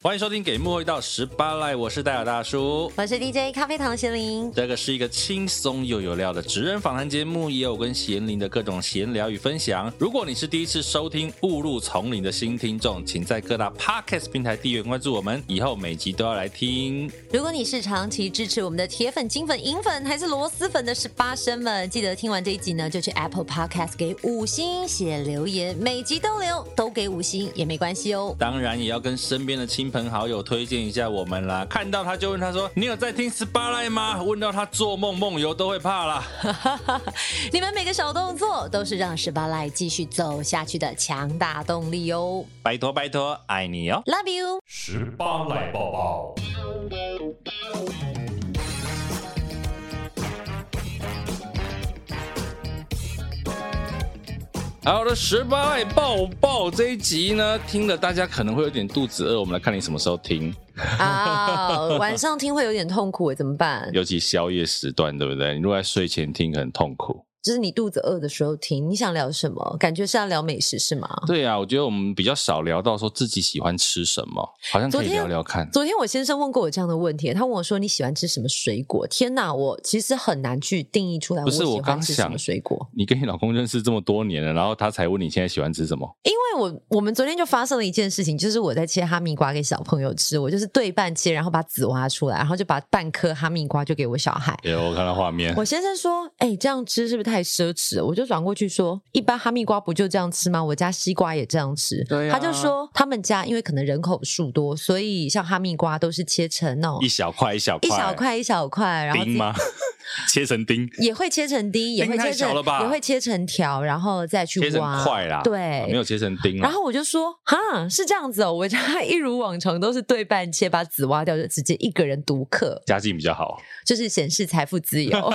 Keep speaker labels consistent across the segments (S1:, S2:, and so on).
S1: 欢迎收听《给幕后一道十八赖》，我是戴尔大叔。
S2: 我是 DJ 咖啡糖贤玲，
S1: 这个是一个轻松又有料的职人访谈节目，也有跟贤玲的各种闲聊与分享。如果你是第一次收听《误入丛林》的新听众，请在各大 Podcast 平台订阅关注我们，以后每集都要来听。
S2: 如果你是长期支持我们的铁粉、金粉、银粉还是螺蛳粉的十八生们，记得听完这一集呢，就去 Apple Podcast 给五星写留言，每集都留，都给五星也没关系哦。
S1: 当然，也要跟身边的亲朋好友推荐一下我们啦。看到他就问他说：“你有在听十八赖吗？”问到他做梦梦游都会怕啦。
S2: 你们每个小动作都是让十八赖继续走下去的强大动力哦。
S1: 拜托拜托，爱你哦！
S2: Love you。
S3: 十八来抱抱。
S1: 好的，十八爱抱抱这一集呢，听了大家可能会有点肚子饿，我们来看你什么时候听，
S2: 啊，晚上听会有点痛苦，怎么办？
S1: 尤其宵夜时段，对不对？你如果在睡前听，很痛苦。
S2: 就是你肚子饿的时候听，你想聊什么？感觉是要聊美食是吗？
S1: 对啊，我觉得我们比较少聊到说自己喜欢吃什么，好像可以
S2: 昨天
S1: 聊聊看。
S2: 昨天我先生问过我这样的问题，他问我说你喜欢吃什么水果？天哪，我其实很难去定义出来
S1: 不是
S2: 喜
S1: 我刚
S2: 欢吃什
S1: 想
S2: 么水果，
S1: 你跟你老公认识这么多年了，然后他才问你现在喜欢吃什么？
S2: 因为我我们昨天就发生了一件事情，就是我在切哈密瓜给小朋友吃，我就是对半切，然后把籽挖出来，然后就把半颗哈密瓜就给我小孩。
S1: 有、我看到画面，
S2: 我先生说：“哎、这样吃是不是太奢侈了？”我就转过去说：“一般哈密瓜不就这样吃吗？我家西瓜也这样吃。
S1: 对啊
S2: 他就说：“他们家因为可能人口数多，所以像哈密瓜都是切成那种
S1: 一小块一小块
S2: 一小块一小块，然后自
S1: 丁
S2: 己
S1: 吗？ 切成丁，
S2: 也会切成丁，也会
S1: 太
S2: 切
S1: 小
S2: 成
S1: 了吧
S2: 也会切成条，然后再去
S1: 切成
S2: 挖。
S1: 块啦，啊
S2: 对
S1: 没有切成丁啦
S2: 然。后我就说，哈，是这样子哦，我家一如往常都是对半切，把籽挖掉，就直接一个人独克，
S1: 家境比较好，
S2: 就是显示财富自 由。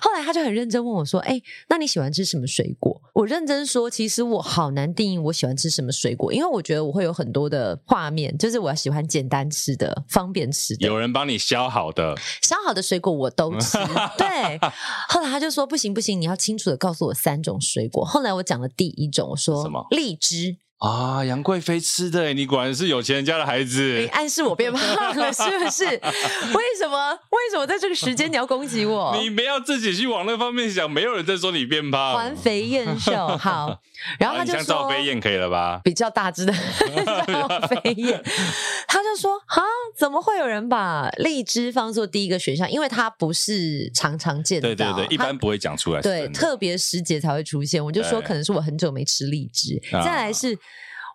S2: 后来他就很认真问我说，哎、那你喜欢吃什么水果？我认真说，其实我好难定义我喜欢吃什么水果，因为我觉得我会有很多的画面，就是我喜欢简单吃的、方便吃的。
S1: 有人帮你削好的，
S2: 削好的水果我都 吃。对，后来他就说不行不行，你要清楚的告诉我三种水果。后来我讲了第一种，我说
S1: 什么
S2: 荔枝。
S1: 啊，杨贵妃吃的欸，你果然是有钱人家的孩
S2: 你
S1: 子。
S2: 暗示我变 胖了，是不是？为什么？为什么在这个时间你要攻击 我？
S1: 你不要自己去往那方面想，没有人在说你变胖。
S2: 环肥燕瘦，好。然后
S1: 啊
S2: 他
S1: 你
S2: 就
S1: 像
S2: 说
S1: 赵，飞燕可以了吧？
S2: 比较大只的 赵飞燕，他就说：“哈，怎么会有人把荔枝放做第一个选项？因为它不是常常见到，
S1: 对对对，一
S2: 它
S1: 般不会讲出来是真
S2: 对，
S1: 的。
S2: 特别时节才会出现。我就说
S1: 对
S2: 可能是我很久没吃荔枝，
S1: 啊
S2: 再来是。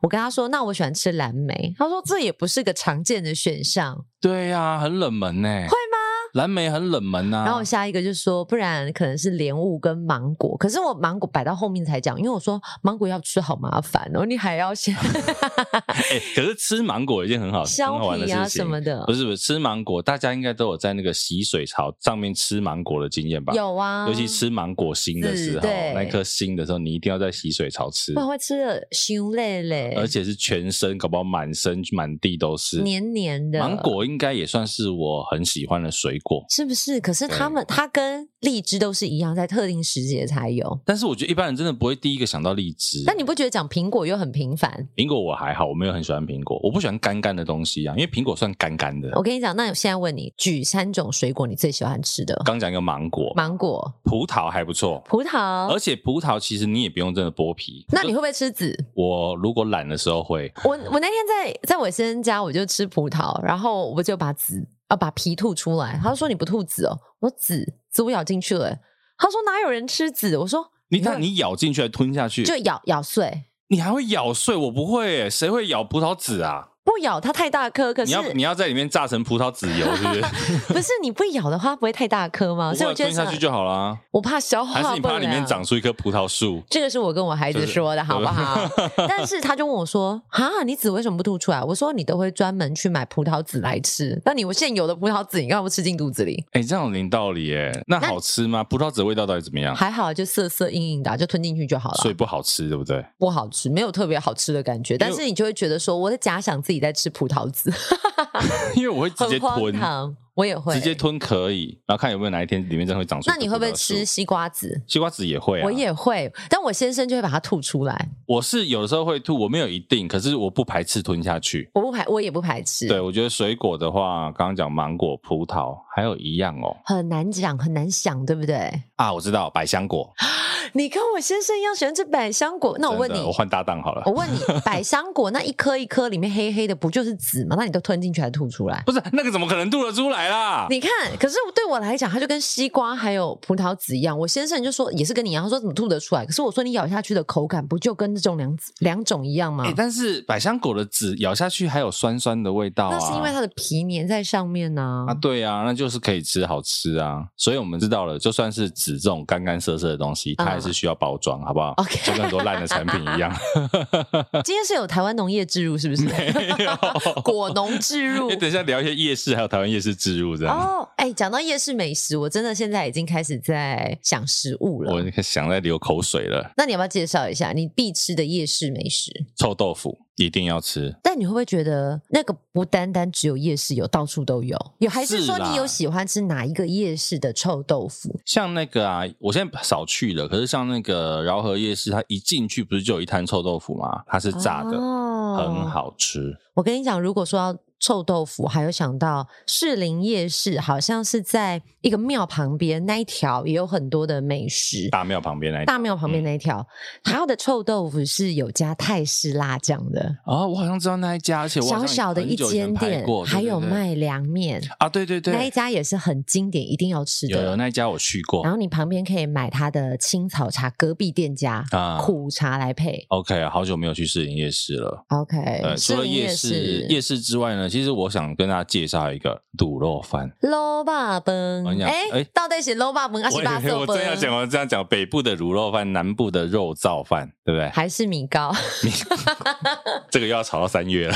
S2: 我跟他说，那我喜欢吃蓝莓。他说这也不是个常见的选项。
S1: 对呀、很冷门呢、会吗？蓝莓很冷门呐、
S2: 然后我下一个就说，不然可能是莲雾跟芒果。可是我芒果摆到后面才讲，因为我说芒果要吃好麻烦哦，你还要 先
S1: 哎、可是吃芒果有一件 很好、很好
S2: 削
S1: 玩的
S2: 皮啊
S1: 事情。
S2: 什么的
S1: 不。是不是，吃芒果大家应该都有在那个洗水槽上面吃芒果的经验吧？、
S2: 有啊，
S1: 尤其吃芒果心的时
S2: 是
S1: 候，
S2: 对
S1: 那颗心的时候，你一定要在洗水槽吃
S2: 不，然会吃的羞累嘞，
S1: 而且是全身，搞不好满身满地都是。
S2: 黏黏的
S1: 芒果应该也算是我很喜欢的水果，
S2: 是不是？可是他们它跟荔枝都是一样，在特定时节才有。
S1: 但是我觉得一般人真的不会第一个想到荔枝。
S2: 那你不觉得讲苹果又很频繁？
S1: 苹果我还好，我没有很喜欢苹果，我不喜欢干干的东西啊，因为苹果算干干的。
S2: 我跟你讲，那我现在问你，举三种水果你最喜欢吃的？
S1: 刚讲一个芒果，
S2: 芒果、
S1: 葡萄还不错，
S2: 葡
S1: 而
S2: 萄。
S1: 且葡萄其实你也不用真的剥皮。
S2: 那你会不会吃籽？
S1: 我如果懒的时候会，
S2: 我我那天在在我先生家，我就吃葡萄，然后我就把籽啊把皮吐出来。他说你不吐籽哦，我说籽籽我咬进去了。欸他说哪有人吃籽？我说
S1: 你
S2: 你
S1: 看
S2: 会
S1: 你咬进去还吞下去，
S2: 就咬咬碎，
S1: 你还会咬碎，我不会耶，谁会咬葡萄籽啊？
S2: 不咬它太大颗，可
S1: 你
S2: 是
S1: 要你要在里面榨成葡萄籽油， 是不是？
S2: 不是你不咬的话不会太大颗吗？
S1: 不
S2: 所以
S1: 会啊
S2: 我觉得
S1: 吞下去就好啦。
S2: 我怕消化
S1: 还
S2: 不了。
S1: 是你怕里面长出一棵葡萄树？
S2: 这个是我跟我孩子说的，
S1: 就是呃
S2: 好不 好？但是他就问我说：“哈，你籽为什么不吐出来？”我说：“你都会专门去买葡萄籽来吃，那你我现有的葡萄籽，你干嘛不吃进肚子里？
S1: 哎、这样有零道理耶。那
S2: 那
S1: 好吃吗？葡萄籽味道到底怎么样？
S2: 还好就涩涩硬硬的啊、就吞进去就好
S1: 所
S2: 了
S1: 以，不好吃，对不对？
S2: 不好吃，没有特别好吃的感觉。但是你就会觉得说，我在假想自己在吃葡萄籽，
S1: 因为我会直接
S2: 很荒
S1: 吞，
S2: 唐。我也会
S1: 直接。吞可以，然后看有没有哪一天里面真的会长出。
S2: 那你会不会吃？西瓜子？
S1: 西瓜籽也会啊，
S2: 我也会，但我先生就会把它吐出来，
S1: 我是有的时候会吐，我没有一定，可是我不排斥吞下去。
S2: 我不排，我也不排斥。
S1: 对，我觉得水果的话，刚刚讲芒果、葡萄，还有一样哦
S2: 很难讲，很难想，对不对？
S1: 啊，我知道百香果。
S2: 你跟我先生一样喜欢吃百香果， 那我问
S1: 真
S2: 你
S1: 的，我换搭档好了
S2: 我。问你， 百香果那一颗一颗里面黑黑的，不就是籽吗？那你都吞进去还吐出来？
S1: 不是那个怎么可能吐得出来啦？
S2: 你看，可是对我来讲，它就跟西瓜还有葡萄籽一样。我先生就说也是跟你一样，他说怎么吐得出来？可是我说你咬下去的口感不就跟这种两两种一样吗？
S1: 哎、但是百香果的籽咬下去还有酸酸的味道啊。
S2: 那是因为它的皮粘在上面呢、
S1: 啊，对啊，那就是可以吃，好吃啊。所以我们知道了，就算是籽这种干干涩涩的东西，它还
S2: 嗯
S1: 是需要包装，好不好
S2: OK
S1: 就跟很多烂的产品一 样，
S2: 今天是有台湾农业置入，是不是？
S1: 没有 哎
S2: 果农置入
S1: 因为。等一下聊一些夜市，还有台湾夜市植入这样。
S2: 哦，哎，讲到夜市美食，我真的现在已经开始在想食物了。
S1: 我想在流口水了，
S2: 那你要不要介绍一下你必吃的夜市美食？
S1: 臭豆腐一定要吃。
S2: 但你会不会觉得那个不单单只有夜市有，到处都有？有还是
S1: 是
S2: 说
S1: 啦
S2: 你有喜欢吃哪一个夜市的臭豆腐？
S1: 像那个啊，我现在少去了，可是像那个饶河夜市，它一进去不是就有一摊臭豆腐吗？它是炸的，
S2: 哦
S1: 很。好吃。
S2: 我跟你讲，如果说要臭豆腐，还有想到士林夜市，好像是在一个庙旁边那一条也有很多的美食。
S1: 大嗯庙旁边那一
S2: 大庙旁边那一条，它的臭豆腐是有加泰式辣酱的，
S1: 哦，我好像知道那一家，而且我好
S2: 小
S1: 像
S2: 小的
S1: 很
S2: 一
S1: 久以前
S2: 间
S1: 拍
S2: 店，
S1: 过对
S2: 还
S1: 对
S2: 有
S1: 对
S2: 卖凉面，
S1: 啊，对对对，
S2: 那一家也是很经典，一定要吃的。
S1: 有有那一家我去过
S2: 然。后你旁边可以买它的青草茶，隔壁店家
S1: 啊
S2: 苦茶来配。
S1: OK，好久没有去士林夜市了。
S2: OK，
S1: 呃，除了夜市
S2: 市
S1: 夜市之外呢，其实我想跟大家介绍一个卤肉饭。
S2: 捞霸崩
S1: 我跟你，讲
S2: 哎
S1: 哎，
S2: 到底是捞霸崩还是 八
S1: 我
S2: 寿
S1: 我正要讲，
S2: 崩？
S1: 我这样讲，北部的卤肉饭，南部的肉燥饭，对不对？
S2: 还是米 糕？
S1: 这个又要吵到三 月了。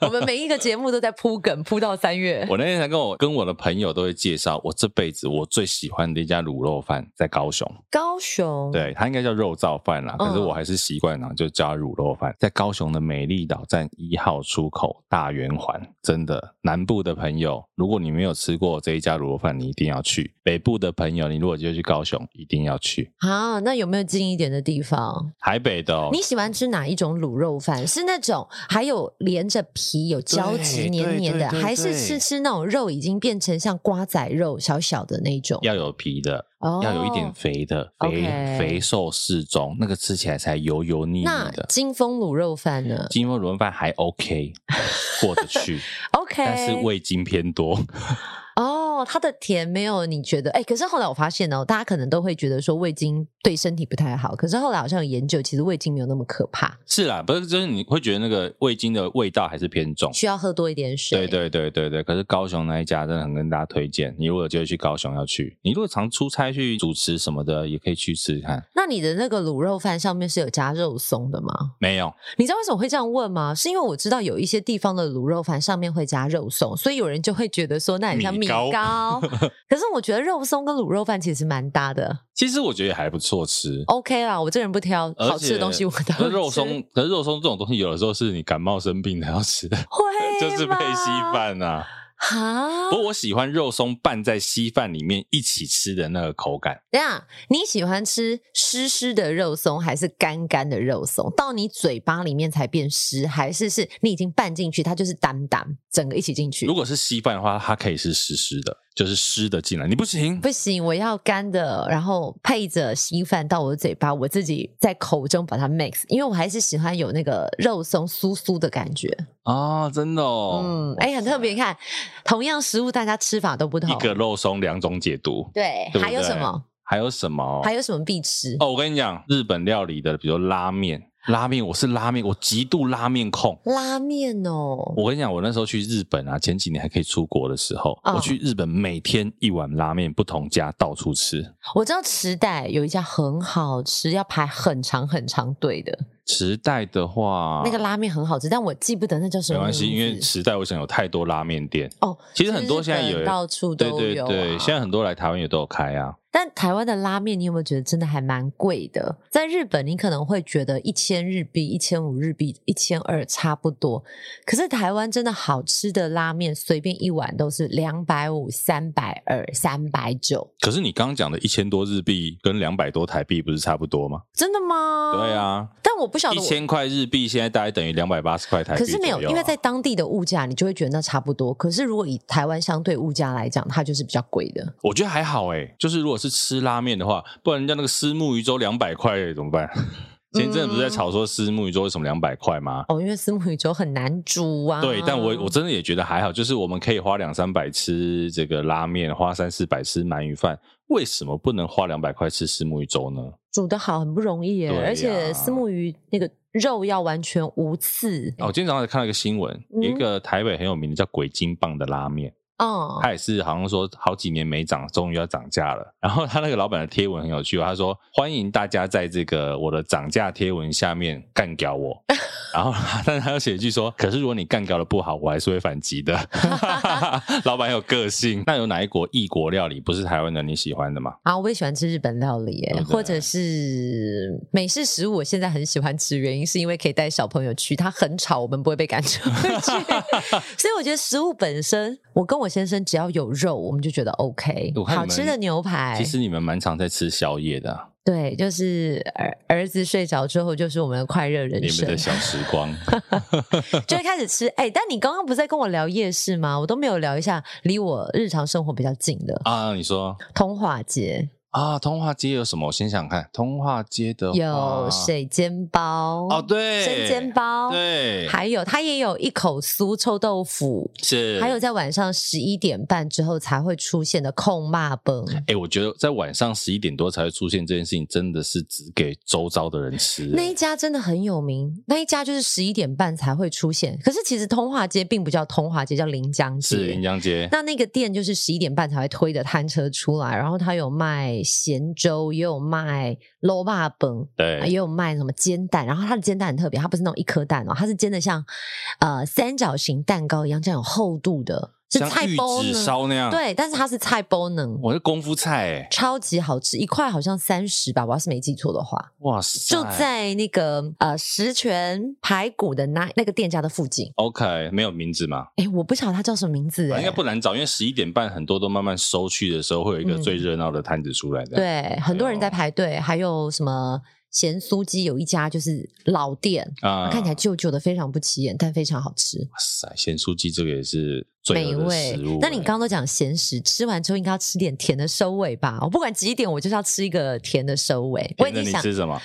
S2: 我们每一个节目都在铺梗，铺到三月。
S1: 我那天才跟我跟我的朋友都会介绍，我这辈子我最喜欢的一家卤肉饭在高雄，
S2: 高雄，
S1: 对，它应该叫肉燥饭啦，可是
S2: 哦嗯
S1: 我还是习惯了就叫它卤肉饭，在高雄的美丽岛站一号出口大圆环，真的，南部的朋友，如果你没有吃过这一家卤肉饭，你一定要去；北部的朋友，你如果就去高雄，一定要去。
S2: 啊，那有没有近一点的地方？
S1: 台北的、哦，
S2: 你喜欢吃哪一种卤肉饭？是那种还有连着皮、有胶质、
S1: 对
S2: 黏黏
S1: 对
S2: 的，
S1: 对对
S2: 还是吃吃那种肉已经变成像瓜仔肉小小的那种？
S1: 要有皮的，
S2: 哦
S1: 要有一点肥的，肥
S2: OK
S1: 肥瘦适中，那个吃起来才油油腻腻
S2: 那
S1: 的。
S2: 金峰卤肉饭呢
S1: 金峰卤肉饭还 OK，过得 去，
S2: ？OK，
S1: 但是味精偏多。
S2: 哦，它的甜没有你觉得哎、可是后来我发现哦，大家可能都会觉得说味精对身体不太好，可是后来好像有研究，其实味精没有那么可怕，
S1: 是啦，不是，就是你会觉得那个味精的味道还是偏重。
S2: 需要喝多一点水。
S1: 对对对对对，可是高雄那一家真的很跟大家推荐，你如果有机会去高雄要去，你如果常出差去主持什么的，也可以去试试看。
S2: 那你的那个卤肉饭上面是有加肉松的吗？
S1: 没有，
S2: 你知道为什么会这样问吗？是因为我知道有一些地方的卤肉饭上面会加肉松，所以有人就会觉得说那很像
S1: 米
S2: 米
S1: 糕
S2: 可是我觉得肉松跟卤肉饭其实蛮搭的。
S1: 其实我觉得也还不错 吃。
S2: OK 啦，我这人不挑，
S1: 而且
S2: 好吃的东西我都
S1: 可是肉
S2: 吃
S1: 松，可是肉松这种东西，有的时候是你感冒生病才要 吃的，
S2: 会
S1: 就是配稀
S2: 吗
S1: 饭啊。
S2: 哈
S1: 不，过我喜欢肉松拌在稀饭里面一起吃的那个口感。
S2: 等一下，你喜欢吃湿湿的肉松，还是干干的肉松？到你嘴巴里面才变湿，还是是你已经拌进去，它就是淡淡，整个一起进去
S1: 如？果是稀饭的话，它可以是湿湿的，就是湿的进来。你不行，
S2: 不行，我要干的，然后配着稀饭到我的嘴巴，我自己在口中把它 mix，因为我还是喜欢有那个肉松酥酥的感觉。
S1: 哦，真的哦，
S2: 嗯，哎、很特别。你看，同样食物，大家吃法都不同。
S1: 一个肉松两种解读，
S2: 对，
S1: 对不
S2: 还有
S1: 对
S2: 什么？？
S1: 还有什么？
S2: 还有什么必吃？
S1: 哦，我跟你讲，日本料理的，比如拉面，拉面，我是拉面，我极度拉面控。
S2: 拉面哦，
S1: 我跟你讲，我那时候去日本啊，前几年还可以出国的时候，
S2: 嗯
S1: 我去日本每天一碗拉面，不同家到处吃。
S2: 我知道池袋有一家很好吃，要排很长很长队的、
S1: 池袋的话，
S2: 那个拉面很好吃，但我记不得那叫什
S1: 哦没
S2: 么名
S1: 关
S2: 字。
S1: 系，因为池袋我想有太多拉面店
S2: 哦，
S1: 其实很多现在
S2: 日本
S1: 有
S2: 到处
S1: 对
S2: 都
S1: 对
S2: 有啊、
S1: 对，现在很多来台湾也都有开啊。
S2: 但台湾的拉面，你有没有觉得真的还蛮贵的？在日本，你可能会觉得一千日币、一千五日币、一千二差不多，可是台湾真的好吃的拉面，随便一碗都是两百五、三百二、三百九，
S1: 可是你刚刚讲的一千多日币跟两百多台币不是差不多吗？
S2: 真的吗？
S1: 对，啊，
S2: 但我不晓
S1: 一
S2: 哦得我。
S1: 千块日币现在大概等于两百八十块台币、啊
S2: 可是没有，因为在。当地的物价，你就会觉得那差不多。可是如果以台湾相对物价来讲，它就是比较贵的。
S1: 我觉得还好哎、就是如果是吃拉面的话，不然人家那个虱目鱼粥两百块欸怎么办？前阵子不
S2: 嗯
S1: 是在吵说虱目鱼粥为什么两百块吗？
S2: 哦，因为丝木鱼粥很难煮啊。
S1: 对，但我我真的也觉得还好，就是我们可以花两三百吃这个拉面，花三四百吃鳗鱼饭，为什么不能花两百块吃虱目鱼粥呢？
S2: 煮得好很不容易耶，
S1: 对呀
S2: 而且丝木鱼那个肉要完全无刺。
S1: 哦，我今天早上才看到一个新闻，
S2: 嗯
S1: 有一个台北很有名的叫鬼金棒的拉面，
S2: 哦，
S1: 它也是好像说好几年没涨，终于要涨价了。然后他那个老板的贴文很有趣、哦，他说欢迎大家在这个我的涨价贴文下面干掉 我。然后他但是他又写一句说，可是如果你干掉的不好，我还是会反击 的。老板很有个性。那有哪一国异国料理不是台湾的你喜欢的吗？
S2: 啊，我也喜欢吃日本料理耶
S1: 对，哦不对
S2: 或者是美式食物。我现在很喜欢吃，原因是因为可以带小朋友去，它很吵，我们不会被赶出去。 所以我觉得食物本身，我跟我先生只要有肉，我们就觉得 OK
S1: 我。看你
S2: 好
S1: 们
S2: 吃的牛排，
S1: 其实你们蛮常在吃宵夜的啊、
S2: 对，就是儿儿子睡着之后，就是我们的快乐人
S1: 你们
S2: 生
S1: 的。小时 光。
S2: 就会开始吃。哎、但你刚刚不是在跟我聊夜市吗？我都没有聊一下离我日常生活比较近的
S1: 啊，你说
S2: 通化街，
S1: 啊，通化街有什么？我先想想看，通化街的话
S2: 有水煎包
S1: 哦，对，
S2: 生煎包，
S1: 对，
S2: 还有它也有一口酥臭豆腐。
S1: 是
S2: 还有。在晚上十一点半之后才会出现的控骂崩，
S1: 哎、我觉得在晚上十一点多才会出现这件事情，真的是只给周遭的人吃、欸
S2: 那一家真的很有名。那一家就是十一点半才会出现，可是其实通化街并不叫通化街，叫临江街。
S1: 是临江街，
S2: 那那个店就是十一点半才会推的摊车出来，然后它有卖咸粥，也有卖肉霸本，也
S1: 对，
S2: 有卖什么煎蛋。然后它的煎蛋很特别，它不是那种一颗蛋哦，它是煎的像呃三角形蛋糕一样，这样有厚度的，是
S1: 像
S2: 菜
S1: 玉
S2: 包
S1: 子
S2: 呢。
S1: 烧那样。，
S2: 对，但是它是菜包呢。
S1: 我是功夫菜、欸，
S2: 超级好吃，一块好像三十吧，我要是没记错的话，
S1: 哇塞！
S2: 就在那个呃石泉排骨的那那个店家的附近。
S1: OK，没有名字嘛，
S2: 哎，我不晓得它叫什么名字，
S1: 反正
S2: 哎
S1: 啊应该不难找，因为十一点半很多都慢慢收去的时候，会有一个
S2: 嗯
S1: 最热闹的摊子出来的。，
S2: 对，很多人在
S1: 哎呦
S2: 排队，还有什么咸酥鸡，有一家就是老店，
S1: 啊、
S2: 看起来旧旧的，非常不起眼，但非常好吃，
S1: 哇塞，咸酥鸡这个也是最
S2: 美
S1: 恶的食物
S2: 味
S1: 欸。。
S2: 那你刚刚都讲咸食，吃完之后应该要吃点甜的收尾吧？我不管几点，我就是要吃一个甜的收尾。我已
S1: 甜的
S2: 经
S1: 你
S2: 想
S1: 吃，什么？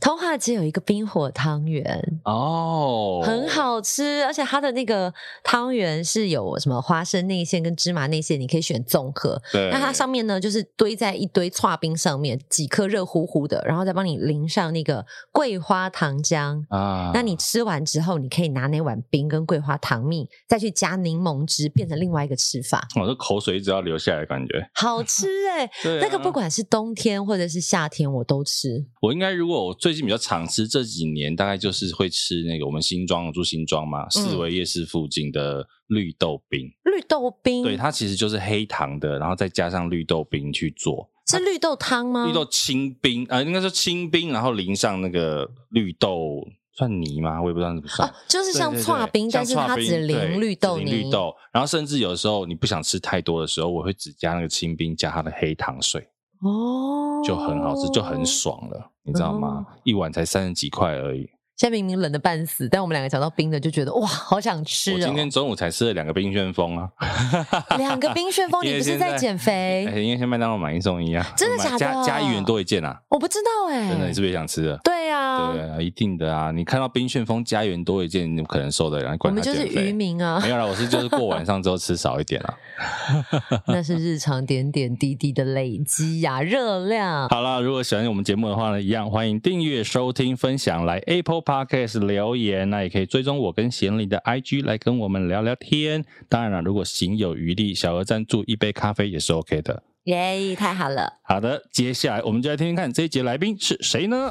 S2: 通化街有一个冰火汤圆。
S1: 哦，
S2: 很。好吃，而且它的那个汤圆是有什么花生内馅跟芝麻内馅，你可以选综合。
S1: 对，
S2: 那它上面呢，就是堆在一堆刨冰上面，几颗热乎乎的，然后再帮你淋上那个桂花糖浆。
S1: 啊，
S2: 那你吃完之后，你可以拿那碗冰跟桂花糖蜜，再去加柠檬汁，变成另外一个吃法，
S1: 我的口水一直要流下来，感觉。
S2: 好吃哎、
S1: 对、啊
S2: 那个不，管是冬天或者是夏天，我都吃。
S1: 我应该如果我最近比较常吃，这几年大概就是会吃那个我们新庄，我住新庄嘛，四
S2: 嗯
S1: 维夜市附近的绿豆冰。
S2: 绿豆冰，
S1: 对，它其实就是黑糖的，然后再加上绿豆冰去做。
S2: 是绿豆汤吗？
S1: 绿豆清冰啊、呃应该说清冰，然后淋上那个绿豆算泥吗？我也不知道怎么算。
S2: 哦，就是像
S1: 对对对
S2: 刨冰，
S1: 像
S2: 但是
S1: 刨
S2: 它
S1: 冰
S2: 只
S1: 对
S2: 淋绿
S1: 只
S2: 豆
S1: 淋
S2: 泥。
S1: 绿豆，然后甚至有的时候你不想吃太多的时候，我会只加那个清冰，加它的黑糖水，
S2: 哦，
S1: 就很好吃，就很。爽了，你知道吗？一碗才三十几块而已。
S2: 现在明明冷的半死，但我们两个讲到冰的，就觉得哇，好想吃
S1: 我
S2: 哦。哎
S1: 今天中午才吃了两个冰旋风啊，
S2: 两个冰旋风，
S1: 因
S2: 你
S1: 为
S2: 不是
S1: 现
S2: 在减肥？
S1: 哎因为像麦当劳买一送一啊，
S2: 真的
S1: 我买
S2: 假
S1: 加
S2: 的
S1: 加一元多一件啊，
S2: 我不知道哎、
S1: 真的，你是不是也想吃了？
S2: 对啊，
S1: 对啊，一定的啊！你看到冰旋风加元多一件，你可能受得了。你
S2: 我
S1: 管
S2: 们
S1: 它
S2: 就是
S1: 减肥
S2: 渔，民啊
S1: 没，有啦，我是就是过晚上之后吃少一点啦。
S2: 那是日常点点滴滴的累积呀、热量。
S1: 好啦，如果喜欢我们节目的话呢，一样欢迎订阅、收听、分享，来 Apple Podcast 留言，那也可以追踪我跟贤玲的 IG 来跟我们聊聊天。当然了，如果行有余力，小额赞助一杯咖啡也是 OK 的。
S2: 耶太好了！
S1: 好的，接下来我们就来听听看这一节来宾是谁呢？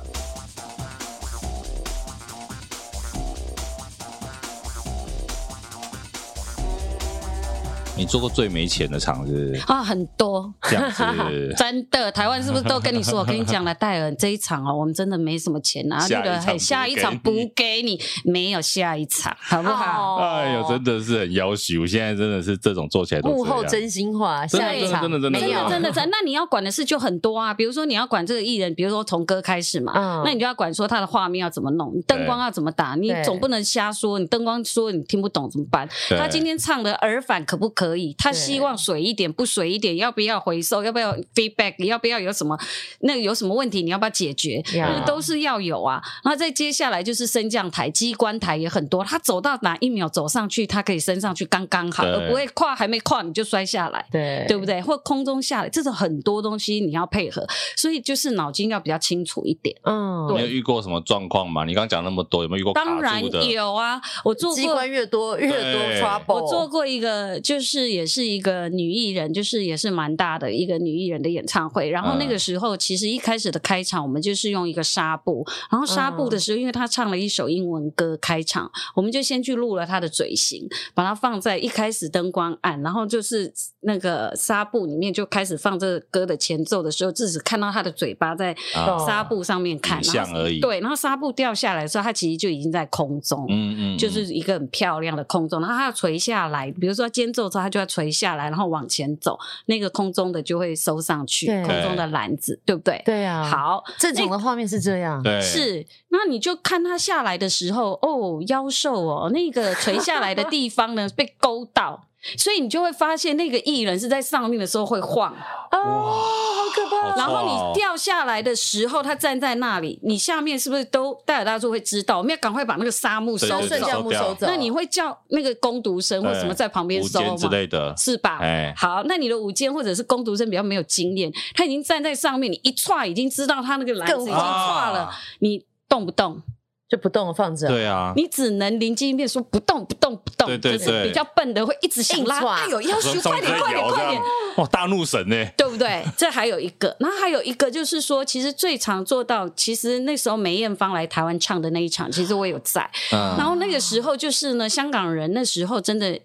S1: 你做过最没钱的场是不是
S4: 啊，很多，。
S1: 这样子
S4: 真的，台湾是不是都跟 你说？我跟你讲了，戴尔这一场哦，我们真的没什么钱啊，
S1: 下一
S4: 绿的
S1: 场
S4: 很，
S1: 补
S4: 下一
S1: 给
S4: 场
S1: 你
S4: 补给你，没有下一场， 好不好？
S1: 哎呦，真
S2: 的
S1: 的是很要求，现在真的是这种做起来都
S2: 哦幕后
S1: 这样。
S2: 真心话，
S1: 真的
S2: 下一
S4: 真的
S2: 场
S1: 真的真的
S2: 没
S4: 真
S2: 有
S4: 的真的真 的，那你要管的事就很多啊，比如说你要管这个艺人，比如说从歌开始嘛，
S2: 嗯
S4: 那你就要管说他的画面要怎么弄，你灯光要怎么打，你
S2: 对
S4: 总不能瞎说，你灯光说你听不懂怎么办？
S1: 对
S4: 他今天唱的耳返可不可以？他
S2: 对
S4: 希望水一点不水一点，要不要回收？要不要 feedback？要不要有什么那有什么问题？你要不要解决？
S2: 呀
S4: 那都是要有啊。然后再接下来就是升降台、机关台也很多，他走到哪一秒走上去，他可以升上去刚刚好，
S1: 对
S4: 而不会跨还没跨你就摔下来。
S2: 对
S4: 对不对？或空中下来，这种很多东西你要配合，所以就是脑筋要比较清楚一点。
S2: 嗯，
S1: 你有遇过什么状况吗？你刚讲那么多，有没有遇过卡
S4: 当然
S1: 住的？
S4: 有啊，我做
S2: 机
S4: 过
S2: 关越多越多
S1: 对
S2: trouble，
S4: 我
S1: 哦
S4: 做过一个，就是也是一个女艺人，就是也是蛮大的一个女艺人的演唱会。然后那
S1: 嗯
S4: 个时候，其实一开始的开场，我们就是用一个纱布。然后纱布
S1: 嗯
S4: 的时候，因为她唱了一首英文歌开场，我们就先去录了她的嘴型，把它放在一开始灯光暗，然后就是那个纱布里面就开始放这个歌的前奏的时候，只只看到她的嘴巴在
S1: 啊
S4: 纱布上面看，
S1: 影
S4: 然
S1: 像
S4: 后
S1: 而已。，
S4: 对，然后纱布掉下来的时候，她其实就已经在空中。
S1: 嗯嗯，
S4: 就是一个很漂亮的空中，然后它要垂下来，比如说间奏之后，它就要垂下来，然后往前走，那个空中的就会收上去，
S2: 对
S4: 空中的篮子，对不对？
S2: 对啊，，
S4: 好，
S2: 正常的画面是这样，
S1: 对，
S4: 是，那你就看它下来的时候，哦，腰瘦哦，那个垂下来的地方呢被勾到， 所以你就会发现那个艺人是在上面的时候会晃，
S2: 哦，好可怕，
S1: 好
S4: 然后
S1: 哇
S4: 你掉下来的时候，他站在那里，你下面是不是都戴尔大叔会知道？我们要赶快把那个沙木收
S1: 对
S2: 收
S1: 对对
S4: 走
S2: 摄。像
S1: 收
S2: 木
S1: 掉
S2: 收走，
S4: 那你会叫那个工读生或
S1: 对
S4: 什么在旁边
S1: 午
S4: 收
S1: 间之
S4: 吗？
S1: 类的，
S4: 是吧？
S1: 哎
S4: 好，那你的午间或者是工读生比较没有经验，他已经站在上面，你一踹已经知道他那个篮子已
S2: 更
S4: 经
S2: 晃
S4: 踹了，
S1: 啊
S4: 你动不动？
S2: 就不动了放着，
S1: 对啊，
S4: 你只能灵机一变说不动不动不动，
S1: 对对
S4: 就是
S1: 对
S4: 比较笨的会一直想拉，
S2: 硬踹
S4: 哎呦，要
S1: 我说
S4: 求快点
S1: 上
S4: 快点
S1: 摇
S4: 快
S1: 这
S4: 点
S1: 样，，哇，大怒神呢？
S4: 对不对？这还有一个，然后还有一个就是说，其实最常做到，其实那时候梅艳芳来台湾唱的那一场，其实我有在。然
S1: 嗯，
S4: 后那个时候就是呢，香港人那时候真的。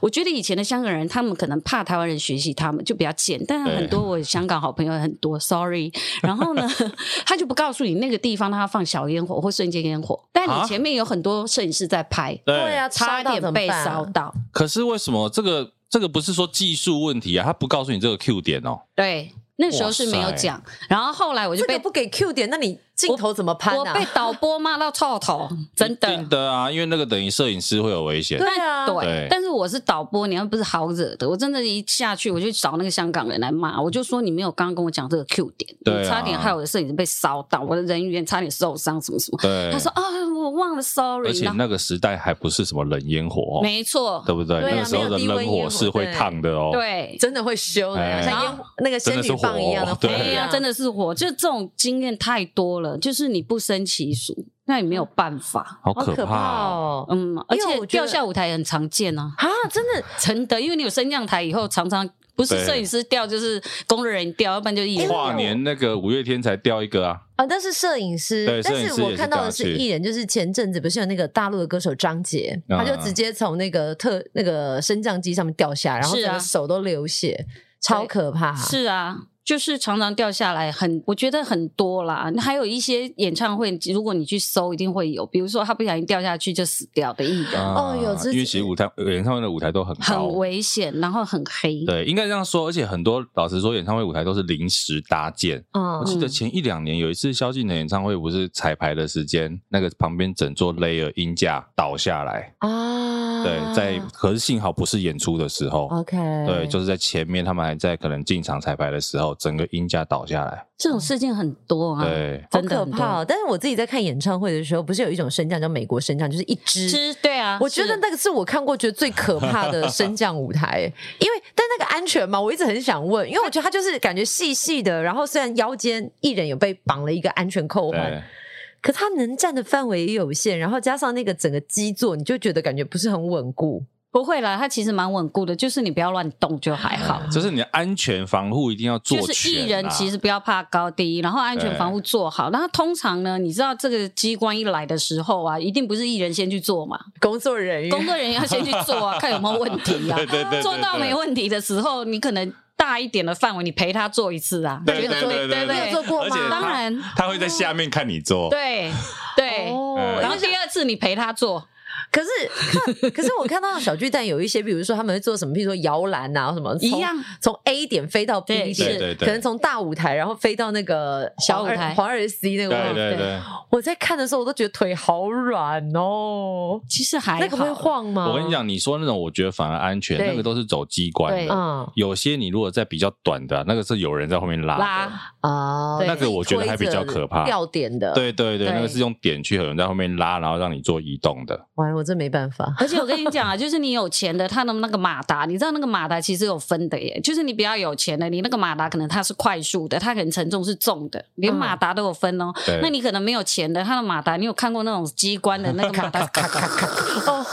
S4: 我觉得以前的香港人，他们可能怕台湾人学习他们，就比较贱。但是很多我香港好朋友很多，sorry。然后呢， 他就不告诉你那个地方他放小烟火或瞬间烟火，但
S1: 啊
S4: 你前面有很多摄影师在拍，
S2: 对啊，烧
S4: 差一
S2: 到怎
S4: 点
S2: 么
S4: 被
S2: 办啊
S4: 烧，到。
S1: 可是为什么这个这个不是说技术问题啊？他不告诉你这个 Q 点哦。
S4: 对，那时候是没有
S1: 哇塞
S4: 讲。然后后来我就
S2: 这
S4: 被
S2: 个啊不给 Q 点，那你镜头怎么拍
S4: 我
S2: 呢？
S4: 被导播骂到臭头，真
S1: 一定
S4: 的。
S1: 的啊，因为那个等于摄影师会有危险。
S2: 对啊，
S4: 对，
S1: 对
S4: 但是我是导播，你又不是好惹的。我真的，一下去我就找那个香港人来骂，我就说你没有刚刚跟我讲这个 Q 点，
S1: 对啊
S4: 你差点害我的摄影师被烧到，我的人员差点受伤，什么什么。
S1: 对，
S4: 他说啊，我忘了
S1: 而
S4: ，sorry。
S1: 且
S4: 然后
S1: 那个时代还不是什么冷烟火哦，
S4: 没错，
S1: 对不对？
S2: 对啊
S1: 那个时候的冷火是会烫的哦。
S4: 对，
S2: 真的会修
S1: 哎
S2: 的，像烟火那个仙女棒一样
S1: 真
S2: 的
S1: 的是火
S4: 哎
S1: 对啊
S4: 呀，真的是火，就这种经验太多了，就是你不生其俗，那也没有办法。
S1: 好
S2: 好
S1: 可
S2: 可怕
S1: 怕哦！
S2: 哦
S4: 嗯，而
S2: 因为
S4: 且
S2: 我觉
S4: 掉
S2: 得
S4: 下舞台也很常见啊。
S2: 啊！真的，
S4: 真的，因为你有升降台以后，常常不是
S1: 对
S4: 摄影师掉，就是工作人员掉，要不然就艺人掉。
S1: 跨年那个五月天才掉一个啊，
S2: 啊，但是摄影师
S1: 对，
S2: 但
S1: 摄影
S2: 是
S1: 师也
S2: 我
S1: 是
S2: 看
S1: 跟他
S2: 到的
S1: 去
S2: 是艺人，就是前阵子不是有那个大陆的歌手张杰，
S1: 啊
S2: 他就直接从那个特那个升降机上面掉下，然后
S4: 是啊
S2: 整个手都流血，超可怕。
S4: 是啊，就是常常掉下来很，我觉得很多啦。那还有一些演唱会，如果你去搜，一定会有，比如说他不小心掉下去就死掉的艺人，
S2: 哦有这
S1: 啊因为其实舞台呃演唱会的舞台都很高，
S4: 很危险，然后很黑。
S1: 对，应该这样说。而且很多老实说，演唱会舞台都是临时搭建。我
S2: 嗯，
S1: 记得前一两年有一次萧敬腾演唱会，不是彩排的时间，那个旁边整座 layer 音架倒下来，
S2: 啊，
S1: 对，在可是幸好不是演出的时候，
S4: 哦
S2: OK，
S1: 对，就是在前面他们还在可能进场彩排的时候，整个音架倒下来，
S4: 这种事情很多啊，
S1: 对，
S2: 好
S4: 真的
S2: 可
S4: 很多
S2: 怕、哦。但是我自己在看演唱会的时候，不是有一种升降叫美国升降，就是一只
S4: 是，对啊，
S2: 我觉得
S4: 是
S2: 那个是我看过觉得最可怕 的升降舞台，欸因为但那个安全嘛，我一直很想问，因为我觉得它就是感觉细细的，然后虽然腰间艺人有被绑了一个安全扣环，
S1: 对。
S2: 可它能站的范围也有限，然后加上那个整个基座，你就觉得感觉不是很稳固。
S4: 不会啦，它其实蛮稳固的，就是你不要乱动就还好。
S1: 就是你的安全防护一定要做全
S4: 就
S1: 啊、
S4: 是艺人其实不要怕高低，然后安全防护做好。然后通常呢，你知道这个机关一来的时候啊，一定不是艺人先去做嘛，
S2: 工作人员
S4: 工作人员要先去做 啊，看有没有问题啊
S1: 对。对对对，
S4: 做到没
S1: 问
S4: 问题的时候，你可能大一点的范围，你陪他做一次啊。
S1: 对对对对对
S2: 你有做过
S1: 而且他
S2: 吗？
S4: 当然，
S1: 他会在下面看你做。
S4: 对对。
S1: 嗯
S2: 哦，
S4: 然后第二次你陪他做，
S2: 可是看，可是我看到小巨蛋有一些，比如说他们会做什么，譬如说摇篮啊，什么
S4: 一
S2: 从
S4: 样
S2: 从 A 点飞到 B
S4: 对
S2: 点，
S4: 是
S1: 对对对
S2: 可能从大舞台然后飞到那个
S4: 小
S2: 黄二
S4: 舞台
S2: 黄二 C 那个位
S1: 对
S2: 置。
S1: 对
S4: 哦对
S1: 对，
S2: 我在看的时候，我都觉得腿好软哦，
S4: 其实还
S2: 那个会
S4: 好
S2: 晃吗？
S1: 我跟你，讲，你说那种我觉得反而安全，
S4: 对
S1: 那个都是走机关
S4: 对
S1: 的。
S2: 嗯
S1: 有些你如果在比较短的，啊那个是有人在后面拉的。
S4: 拉，
S2: 啊，
S4: 对那
S1: 个我觉得还比较可怕
S2: 掉点的，，
S1: 对对对，
S4: 对
S1: 那个是用点去有人在后面拉，然后让你做移动的。
S2: 完我真没办法。
S4: 而且我跟你讲啊，就是你有钱的，他的那个马达，你知道那个马达其实有分的耶，就是你比较有钱的，你那个马达可能它是快速的，它可能承重是重的，连
S2: 嗯
S4: 马达都有分哦。
S1: 对，
S4: 那你可能没有钱的，他的马达，你有看过那种机关的那个马 达，咔咔咔，
S2: 哦，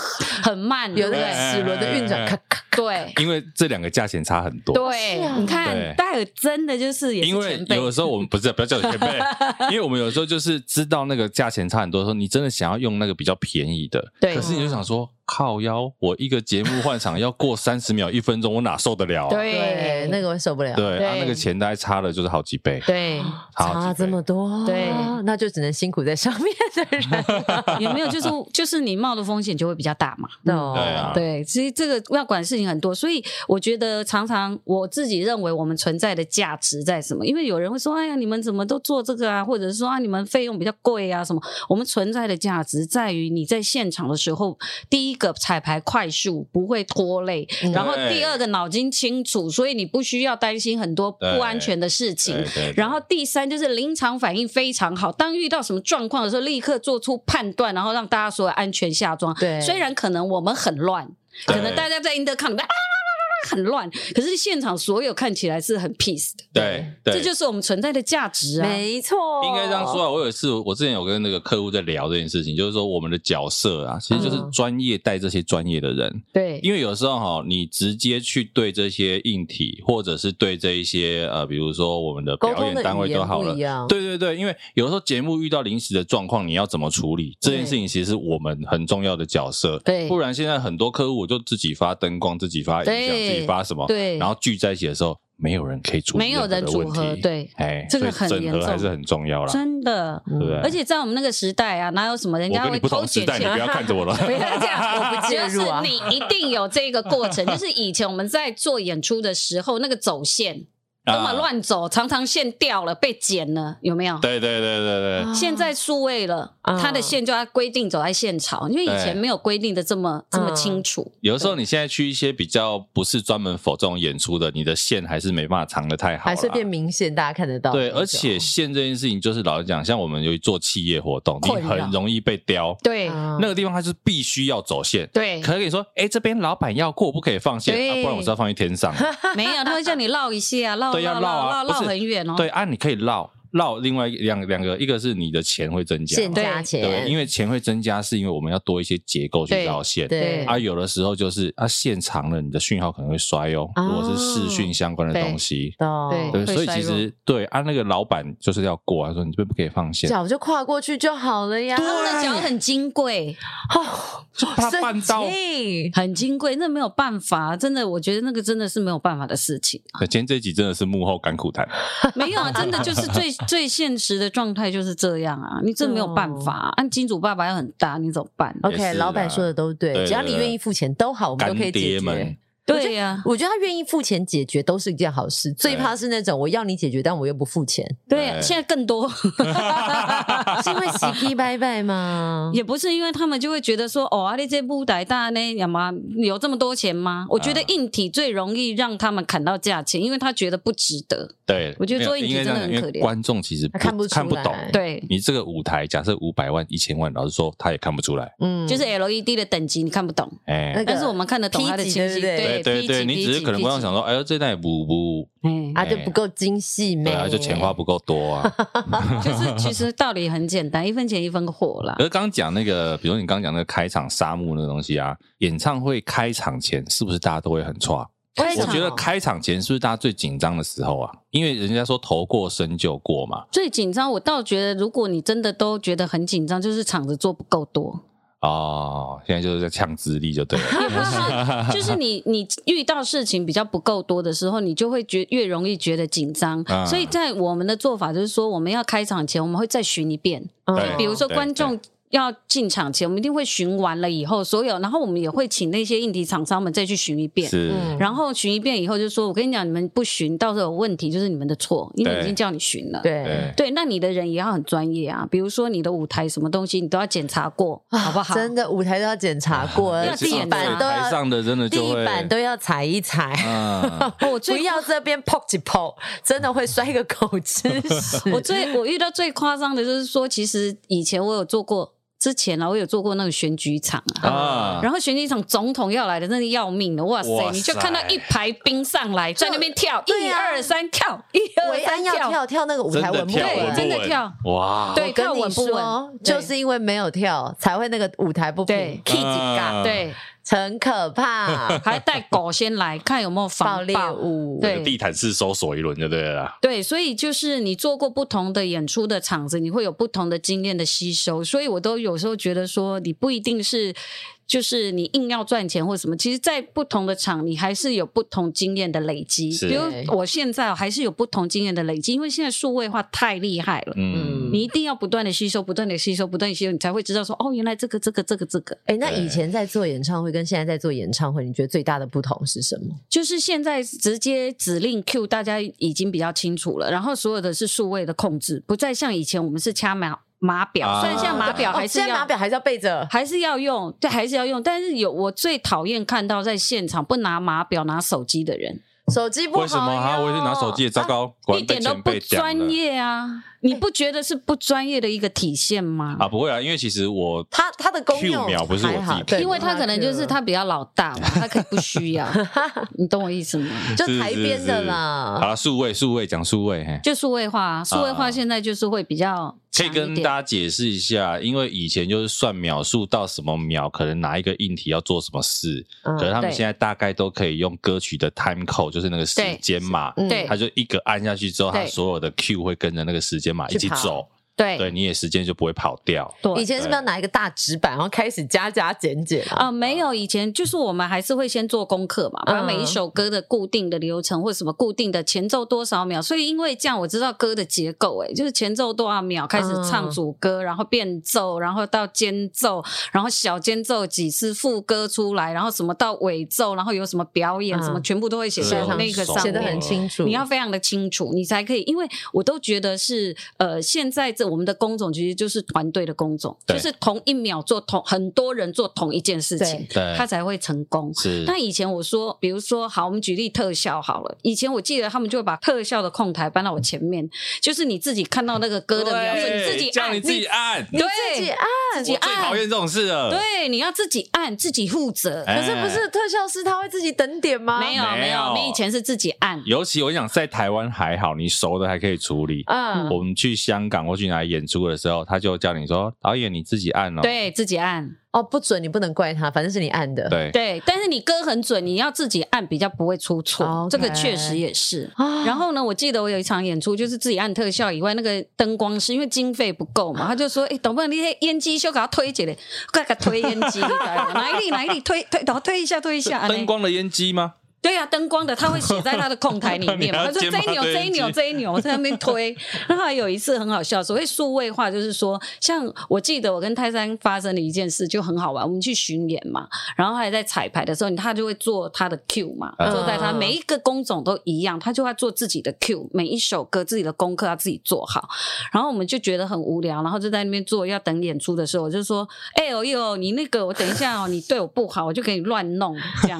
S4: 很慢，
S2: 有那
S4: 对
S2: 个齿轮的运转，咔咔咔。
S4: 对
S1: 因为这两个价钱差很多。
S2: 是啊
S4: 对，你
S1: 对
S4: 看戴尔真的就是也
S1: 因
S4: 是
S1: 为
S4: 前辈，
S1: 有的时候我们不是不要叫你前辈， 因为我们有时候就是知道那个价钱差很多的时候，你真的想要用那个比较便宜的，
S4: 对
S1: 可是你就想说靠腰，我一个节目换场要过三十秒一分钟，我哪受得了、啊？
S4: 对
S2: 那个我受不 了，
S1: 对，
S4: 对
S1: 啊，那个钱大概差了就是好几倍，
S4: 对。
S1: 好
S2: 差
S1: 几倍
S2: 这么多，
S4: 对
S2: 那就只能辛苦在上面的人了
S4: 有没有就是就是你冒的风险就会比较大嘛？
S2: 哦
S1: 对啊
S4: 对，其实这个要管的事情很多，所以我觉得常常我自己认为我们存在的价值在什么？因为有人会说：“哎呀，你们怎么都做这个啊？”或者是说：“啊，你们费用比较贵啊，什么？”我们存在的价值在于你在现场的时候，第一个彩排快速，不会拖累，
S2: 嗯
S4: 然后
S1: 对
S4: 第二个脑筋清楚，所以你不需要担心很多不
S1: 对
S4: 安全的事情
S1: 对。对对
S4: 然后第三就是临场反应非常好，当遇到什么状况的时候，立刻做出判断，然后让大家所有安全下庄。
S2: 对
S4: 虽然可能我们很乱，
S1: 对
S4: 可能大家在 in the c o 里面啊啊啊啊很乱，可是现场所有看起来是很 peace 的，
S1: 对对，
S4: 这就是我们存在的价值啊。
S2: 没错，
S1: 应该这样说
S2: 哦
S1: 啊，我有一次，我之前有跟那个客户在聊这件事情，就是说我们的角色啊，其实就是
S2: 嗯
S1: 专业带这些专业的人，
S4: 对，
S1: 因为有时候哈，你直接去对这些硬体，或者是对这一些呃，比如说我们的
S2: 沟
S1: 表
S2: 通
S1: 演
S2: 的
S1: 单
S2: 语
S1: 位
S2: 言
S1: 都好
S2: 不
S1: 了
S2: 一。样，
S1: 对对对，因为有时候节目遇到临时的状况，你要怎么处理这件事情，其实是我们很重要的角色。
S4: 对
S1: 不然现在很多客户我就自己发灯光，自己发音响，
S4: 对
S1: 自己发什么，
S4: 对
S1: 哦然后聚在一起的时候，没有人可以处理
S4: 没有人
S1: 任何的
S4: 组
S1: 问
S4: 合，
S1: 题，
S4: 对，
S1: 哎，
S4: 这个
S1: 所以
S4: 很
S1: 整
S4: 严
S1: 合还
S4: 重
S1: 是很重要啦。
S4: 真的。
S2: 嗯，
S1: 对不对
S4: 而且在我们那个时代啊，哪有什么人
S1: 我
S4: 家
S1: 跟你
S4: 会
S1: 不
S4: 偷
S1: 同时
S4: 剪
S1: 代，你
S4: 钱
S1: 不？要 看着我了。
S2: 不要这样，我不介入啊
S4: 就。是你一定有这个过程，就是以前我们在做演出的时候，那个走线
S1: 啊
S4: 那么乱走，常常线掉了被剪了，有没有？
S1: 对对对对对，
S4: 现在数位了，
S2: 啊
S4: 它的线就要规定走在线潮，因为以
S1: 对
S4: 前没有规定的这么这么清楚。
S1: 有的时候你现在去一些比较不是专门否这种演出的，你的线还是没办法藏的太好啦，
S2: 还是变明显，大家看得到那
S1: 对，
S2: 种。
S1: 而且线这件事情，就是老实讲，像我们由于做企业活动，你
S4: 困扰
S1: 很容易被刁。
S4: 对
S2: 啊
S1: 那个地方它是必须要走线，
S4: 对，
S1: 可以你说，哎，这边老板要过，不可以放线，
S4: 对
S1: 啊、不然我是要放去天 上。
S4: 没有，他会叫你绕一下，绕
S1: 对，要
S4: 绕
S1: 绕
S4: 绕
S1: 啊，不
S4: 绕
S1: 是
S4: 很远哦。
S1: 对啊，你可以绕绕，另外两两个，一个是你的钱会增加
S2: 现
S1: 嘛，
S2: 加
S1: 对，
S2: 钱，
S1: 因为钱会增加，是因为我们要多一些结构去
S4: 对
S1: 绕线。
S2: 对
S1: 啊，有的时候就是啊，线长了，你的讯号可能会衰哦。
S2: 哦
S1: 如果是视讯相关的
S4: 对
S1: 东西，
S2: 懂
S1: 对，
S4: 对会
S1: 所以
S4: 衰
S1: 其
S4: 弱
S1: 实对啊，那个老板就是要过，啊他说你这边不可以放线，
S2: 脚就跨过去就好了呀。
S4: 他们 的脚很金贵，
S2: 哦，
S1: 就怕
S2: 生
S1: 绊到。
S2: 气
S4: 很金贵，那没有办法，真的，我觉得那个真的是没有办法的事 情。
S1: 对今天这一集真的是幕后甘苦谈，
S4: 没有啊，真的就是 最最现实的状态就是这样啊，你这没有办法、啊。按金主爸爸要很大，你怎么办？
S1: 也
S2: OK，
S1: 是
S2: 老板
S1: 啦
S2: 说的都对，
S1: 对
S2: 只要你
S1: 对对
S2: 愿意付钱都好，我们
S1: 干
S2: 都可以解
S1: 爹
S2: 决
S1: 们。
S4: 对呀、
S2: 我觉得他愿意付钱解决都是一件好事，最怕是那种我要你解决，但我又不付钱，
S4: 对
S1: 对
S4: 啊，现在更多
S2: 是因为喜 K 拜拜
S1: 嗯
S2: 吗？
S4: 也不是因为他们就会觉得说，哦，啊，你这部台大呢，有吗？有这么多钱吗？我
S1: 啊
S4: 觉得硬体最容易让他们砍到价钱，因为他觉得不值得。
S1: 对，
S4: 我觉得
S1: 没有
S4: 做影集
S1: 因为
S4: 真的
S1: 这样
S4: 很
S1: 因为
S4: 可怜
S1: 观众其实不
S2: 他看不出
S1: 看不
S2: 来
S1: 懂。
S4: 对，
S1: 你这个舞台假设五百万、一千万，老实说他也看不出来。
S2: 嗯
S4: 就是 LED E 的等级你看不懂，
S1: 哎
S2: 那，个
S4: 但是我们看得懂他
S2: P 级
S4: 情
S2: 对
S4: 绪。
S2: 不对
S1: 对对对对，你只是可能观众想说，哎呦，这段也不不，
S4: 哎，
S2: 啊，就不够精细美，
S1: 对啊，就钱花不够多啊。
S4: 就是其实道理很简单，一分钱一分货啦
S1: 可。是刚讲那个，比如你刚讲那个开场沙漠那个东西啊，演唱会开场前是不是大家都会很差？
S2: 开
S1: 我
S2: 场
S1: 觉得开场前是不是大家最紧张的时候啊？因为人家说头过身就过嘛。
S4: 最紧张，我倒觉得，如果你真的都觉得很紧张，就是场子做不够多，
S1: 哦，现在就是在呛资历就对了。
S4: 也不 是，就是你你遇到事情比较不够多的时候，你就会觉越容易觉得紧张。
S1: 啊
S4: 所以在我们的做法就是说，我们要开场前，我们会再巡一遍，
S1: 对
S4: 嗯比如说
S1: 哦对
S4: 观众。要进场前，我们一定会巡完了以后，所有，然后我们也会请那些硬体厂商们再去巡一遍，
S1: 是，
S2: 嗯
S4: 然后巡一遍以后就说：“我跟你讲，你们不巡，到时候有问题就是你们的错，因为
S1: 对
S4: 已经叫你巡了。”
S2: 对
S1: 对，
S4: 对，那你的人也要很专业啊，比如说你的舞台什么东西，你都要检查过，好不好？
S2: 真的舞台都要检查
S1: 啊
S2: 过，
S4: 要
S2: 地
S4: 检
S2: 板
S4: 查
S2: 都
S1: 台
S2: 要
S1: 上的真的就
S2: 地
S1: 会，
S2: 板都要踩一踩，
S1: 嗯，
S4: 哦我
S2: 不
S4: 最
S2: 要这边 pop 几 pop，真的会摔个狗 吃屎。
S4: 我最我遇到最夸张的就是说，其实以前我有做过，之前啊我有做过那个选举场啊。
S1: 啊，
S4: 然后选举场总统要来的，真的要命的，哇塞！
S1: 哇
S4: 你就
S1: 塞
S4: 看到一排兵上来，在那边跳，
S2: 对
S4: 一
S2: 啊
S4: 二三跳，一二
S2: 维
S4: 三
S2: 安要跳跳那个舞
S1: 真
S2: 台
S1: 的
S2: 稳不
S1: 跳
S4: 对
S1: 稳
S2: 稳？
S1: 不
S4: 真的
S1: 稳
S4: 跳
S1: 哇，
S4: 对
S2: 我跟
S4: 跳
S2: 你
S4: 稳不
S2: 说
S4: 稳，对
S2: 就是因为没有跳，才会那个舞台不平
S4: 对
S2: ，key 尬，
S1: 啊
S4: 对，。
S2: 很可怕
S4: 还带狗先来看有没有
S2: 爆
S4: 防
S2: 裂
S4: 爆。
S2: 舞，
S4: 对
S1: 地毯式搜索一轮就对了啦。
S4: 对，所以就是你做过不同的演出的场子，你会有不同的经验的吸收。所以我都有时候觉得说，你不一定是就是你硬要赚钱或什么，其实，在不同的场，你还是有不同经验的累积。
S1: 是
S4: 比如我现在还是有不同经验的累积，因为现在数位化太厉害了。
S1: 嗯，
S4: 你一定要不断的吸收，不断的吸收，不断的吸收，你才会知道说，哦，原来这个这个这个这个，
S2: 哎，那
S1: 对
S2: 以前在做演唱会跟现在在做演唱会，你觉得最大的不同是什么？
S4: 就是现在直接指令 Q，大家已经比较清楚了。然后所有的是数位的控制，不再像以前我们是掐码码
S1: 啊
S4: 表，虽然现在码表
S2: 哦
S4: 还是
S2: 现在
S4: 要、
S2: 码表还是要背着，
S4: 还是要用，对，还是要用。但是有我最讨厌看到在现场不拿码表拿手机的人，
S2: 手机不好
S1: 为什么啊？
S2: 用
S1: 我也是拿手机，糟糕，果
S4: 一
S1: 然被
S4: 点都
S1: 前
S4: 不
S1: 辈讲
S4: 专
S1: 了
S4: 业啊！你不觉得是不专业的一个体现 吗？
S1: 啊，不会啊，因为其实我
S2: 它它的功
S1: Q
S2: 用
S1: 秒不是我
S2: 还好
S1: 自己
S2: 对
S4: 因为他可能就是他比较老大 嘛，他可以不需要，你懂我意思吗？
S2: 就是台
S1: 是
S2: 边的
S1: 是
S2: 啦。
S1: 啊，数位数位讲数位，嘿。
S4: 就数位化啊，数位化现在就是会比较
S1: 可以
S4: 强一点
S1: 跟大家解释一下，因为以前就是算秒数到什么秒，可能哪一个硬体要做什么事，
S2: 嗯
S1: 可是他们
S4: 对
S1: 现在大概都可以用歌曲的 time code，就是那个时间码，
S2: 嗯
S4: 对
S1: 它就一个按下去之后，它
S4: 对
S1: 所有的 Q 会跟着那个时间码一
S2: 去
S1: 起
S2: 跑
S1: 走，
S4: 对
S1: 对你也时间就不会跑掉。
S4: 对
S2: 以前是不是要拿一个大纸板，然后开始加加减减啊？
S4: 啊、没有，以前就是我们还是会先做功课嘛，把
S2: 嗯
S4: 每一首歌的固定的流程或什么固定的前奏多少秒，所以因为这样我知道歌的结构、欸，就是前奏多少秒开始
S2: 嗯
S4: 唱主歌，然后变奏，然后到间奏，然后小间奏几次副歌出来，然后什么到尾奏，然后有什么表演、
S2: 嗯
S4: 什么全部都会写
S1: 对
S4: 在
S1: 我
S4: 那个
S1: 懂
S4: 上
S2: 哦写
S1: 得
S2: 的
S4: 面。
S2: 很清楚，
S4: 你要非常的清楚，你才可以，因为我都觉得是呃，现在这我们的工种其实就是团队的工种，
S1: 对
S4: 就是同一秒做同很多人做同一件事情，
S1: 对，
S4: 他才会成功。
S1: 是
S4: 那以前我说，比如说，好，我们举例特效好了。以前我记得他们就会把特效的控台搬到我前面，就是你自己看到那个歌的描述，
S1: 对
S4: 你自己
S1: 叫
S4: 按，
S1: 你自己按，
S2: 你自己
S4: 对
S2: 按，
S4: 自己
S1: 我最讨
S4: 按，
S1: 厌这种事了。
S4: 对，你要自己按，自己负责。
S1: 哎，
S2: 可是不是特效师他会自己等点吗？
S4: 没有
S1: 没
S4: 没
S1: 有
S4: 有，你以前是自己按，
S1: 尤其我想在台湾还好，你熟的还可以处理。
S2: 嗯，
S1: 我们去香港或去哪里演出的时候，他就叫你说：“导演你自己按哦。”
S4: 对自己按。
S2: 哦，不准你不能怪他，反正是你按的。
S1: 对
S4: 对，但是你歌很准，你要自己按比较不会出错
S2: OK
S4: 这个确实也是。
S2: 啊
S4: 哦然后呢，我记得我有一场演出，就是自己按特效以外，那个灯光师因为经费不 够嘛，他就说：“哎、董不能你那烟机修给他推起来，快给他推烟机，你知道吗哪一粒哪一粒推推，然后推一下推一
S1: 是
S4: 下。”
S1: 灯光的烟机吗？
S4: 对呀、灯光的他会写在他的控台 里
S1: 你
S4: 面
S1: 还要
S4: 嘛，他说
S1: 肩
S4: 这
S1: 膀
S4: 一扭
S1: 对
S4: 这一扭
S1: 击
S4: 这一扭在那边 推。然后还有一次很好笑，所谓数位化就是说，像我记得我跟泰山发生的一件事就很好玩，我们去巡演嘛，然后还在彩排的时候，他就会做他的 Q 嘛，
S1: 嗯
S2: 哦
S4: 坐在他每一个工种都一样，他就要做自己的 Q，每一首歌自己的功课要自己做好。然后我们就觉得很无聊，然后就在那边做，要等演出的时候，我就说：“哎、呦呦，你那个我等一下哦，你对我不好，我就给你乱弄这样。”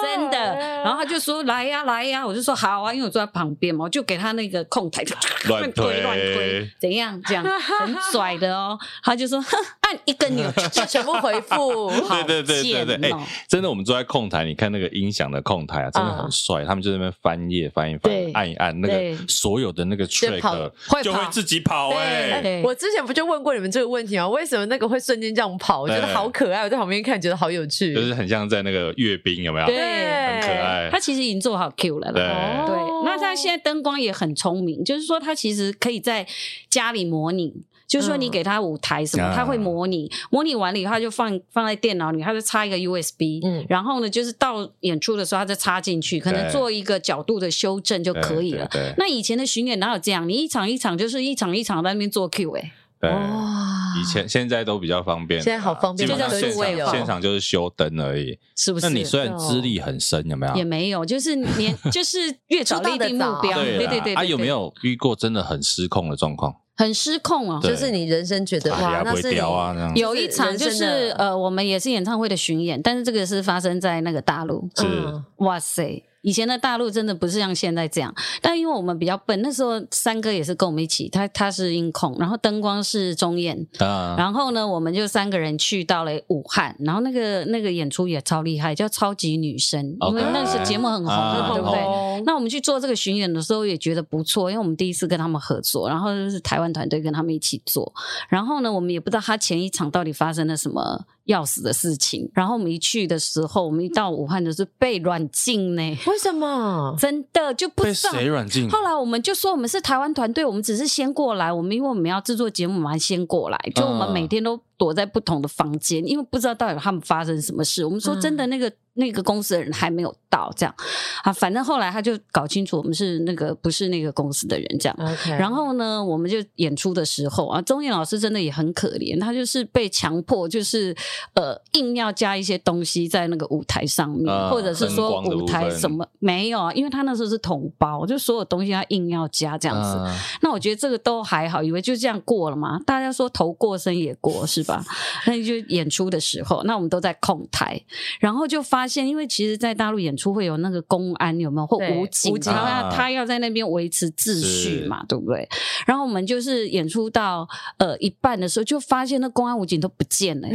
S4: 真的，然后他就说来呀、来呀、我就说好啊，因为我坐在旁边嘛，我就给他那个空台就
S5: 乱推
S4: 乱推，怎样这样很拽的哦，他就说哼按一个钮，
S2: 就全部回
S1: 啊
S2: 复。
S4: 好
S5: 对对对对对
S4: 贱哦
S1: 哎真的，我们坐在控台，你看那个音响的控台啊，真的很帅。他们就在那边翻页翻一翻
S4: 嗯对，
S1: 按一按那
S4: 对
S1: 个所有的那个
S2: 跑
S1: track
S2: 会
S1: 就会
S2: 跑
S1: 自己跑哎、
S4: 对
S2: 我之前不就问过你们这个问题吗？为什么那个会瞬间这样跑？我觉得
S1: 对
S2: 好可爱，我在旁边看觉得好有趣，
S1: 就是很像在那个阅兵有没有？
S4: 对
S1: 很可爱
S4: 他。其实已经做好 Q 了
S1: 对
S4: 啦。对，那
S2: 哦
S4: 他现在灯光也很聪明，就是说他其实可以在家里模拟。就是说，你给他舞台什
S1: 嗯
S4: 么，他会模拟，模拟完了以后，他就放放在电脑里，他就插一个 USB，
S2: 嗯
S4: 然后呢，就是到演出的时候，他再插进去，可能
S1: 对
S4: 做一个角度的修正就
S1: 对
S4: 可以了。
S1: 对
S4: 那以前的巡演哪有这样？你一场一场就是一场一场在那边做 Q 哎、
S1: 对，
S2: 哇
S1: 以前现在都比较方便，
S2: 现在好方便
S1: 基本上
S4: 这叫
S1: 现
S4: 数位
S1: 场
S4: 化
S1: 现场就是修灯而已。
S4: 是不是？哦
S1: 那你虽然资历很深，有没有？
S4: 也没有，就是年 就是越早立定目
S2: 出道
S4: 标，
S2: 的早
S1: 对
S4: 对对
S1: 啦
S4: 对对
S1: 啊，有没有遇过真的很失控的状况？
S4: 很失控哦？
S1: 对
S2: 就是你人生觉得
S1: 哎
S2: 哇，
S1: 呀不
S2: 那
S1: 会
S2: 是你
S1: 掉啊，那样
S4: 有一场就
S2: 哦就是人
S4: 是
S2: 生的
S4: 呃，我们也是演唱会的巡演，但是这个是发生在那个大陆。
S1: 是
S2: 嗯
S4: 哇塞，以前的大陆真的不是像现在这样，但因为我们比较笨，那时候三哥也是跟我们一起，他他是音控，然后灯光是钟燕，
S1: 啊，
S4: 然后呢，我们就三个人去到了武汉，然后那个那个演出也超厉害，叫超级女声，因为
S1: OK
S4: 那时节目很红嘛，
S1: 啊
S4: 对不对
S1: 很？
S2: 红
S4: 那我们去做这个巡演的时候也觉得不错，因为我们第一次跟他们合作，然后就是台湾团队跟他们一起做。然后呢，我们也不知道他前一场到底发生了什么要死的事情。然后我们一去的时候，我们一到武汉就是被软禁呢，
S2: 为什么？
S4: 真的就不
S1: 被
S4: 知道
S1: 谁软禁？
S4: 后来我们就说我们是台湾团队，我们只是先过来，我们因为我们要制作节目嘛，先过来，就我们每天都躲在不同的房间，因为不知道到底他们发生什么事。我们说真的，那个、那个公司的人还没有到，这样啊，反正后来他就搞清楚我们是那个不是那个公司的人这样。
S2: OK，
S4: 然后呢，我们就演出的时候啊，钟燕老师真的也很可怜，他就是被强迫，就是呃，硬要加一些东西在那个舞台上面，
S1: 啊
S4: 或者是
S1: 灯
S4: 说
S1: 光的
S4: 舞
S1: 部
S4: 台
S1: 分
S4: 什么没有啊，因为他那时候是同胞，就所有东西他硬要加这样子。
S1: 啊
S4: 那我觉得这个都还好，以为就这样过了嘛。大家说头过身也过是吧？那你就演出的时候，那我们都在控台，然后就发现，因为其实，在大陆演出会有那个公安有没有或
S2: 对
S4: 武警，
S2: 武警
S4: 然后他
S1: 啊
S4: 他要在那边维持秩序嘛，对不对？然后我们就是演出到呃一半的时候，就发现那公安武警都不 见了、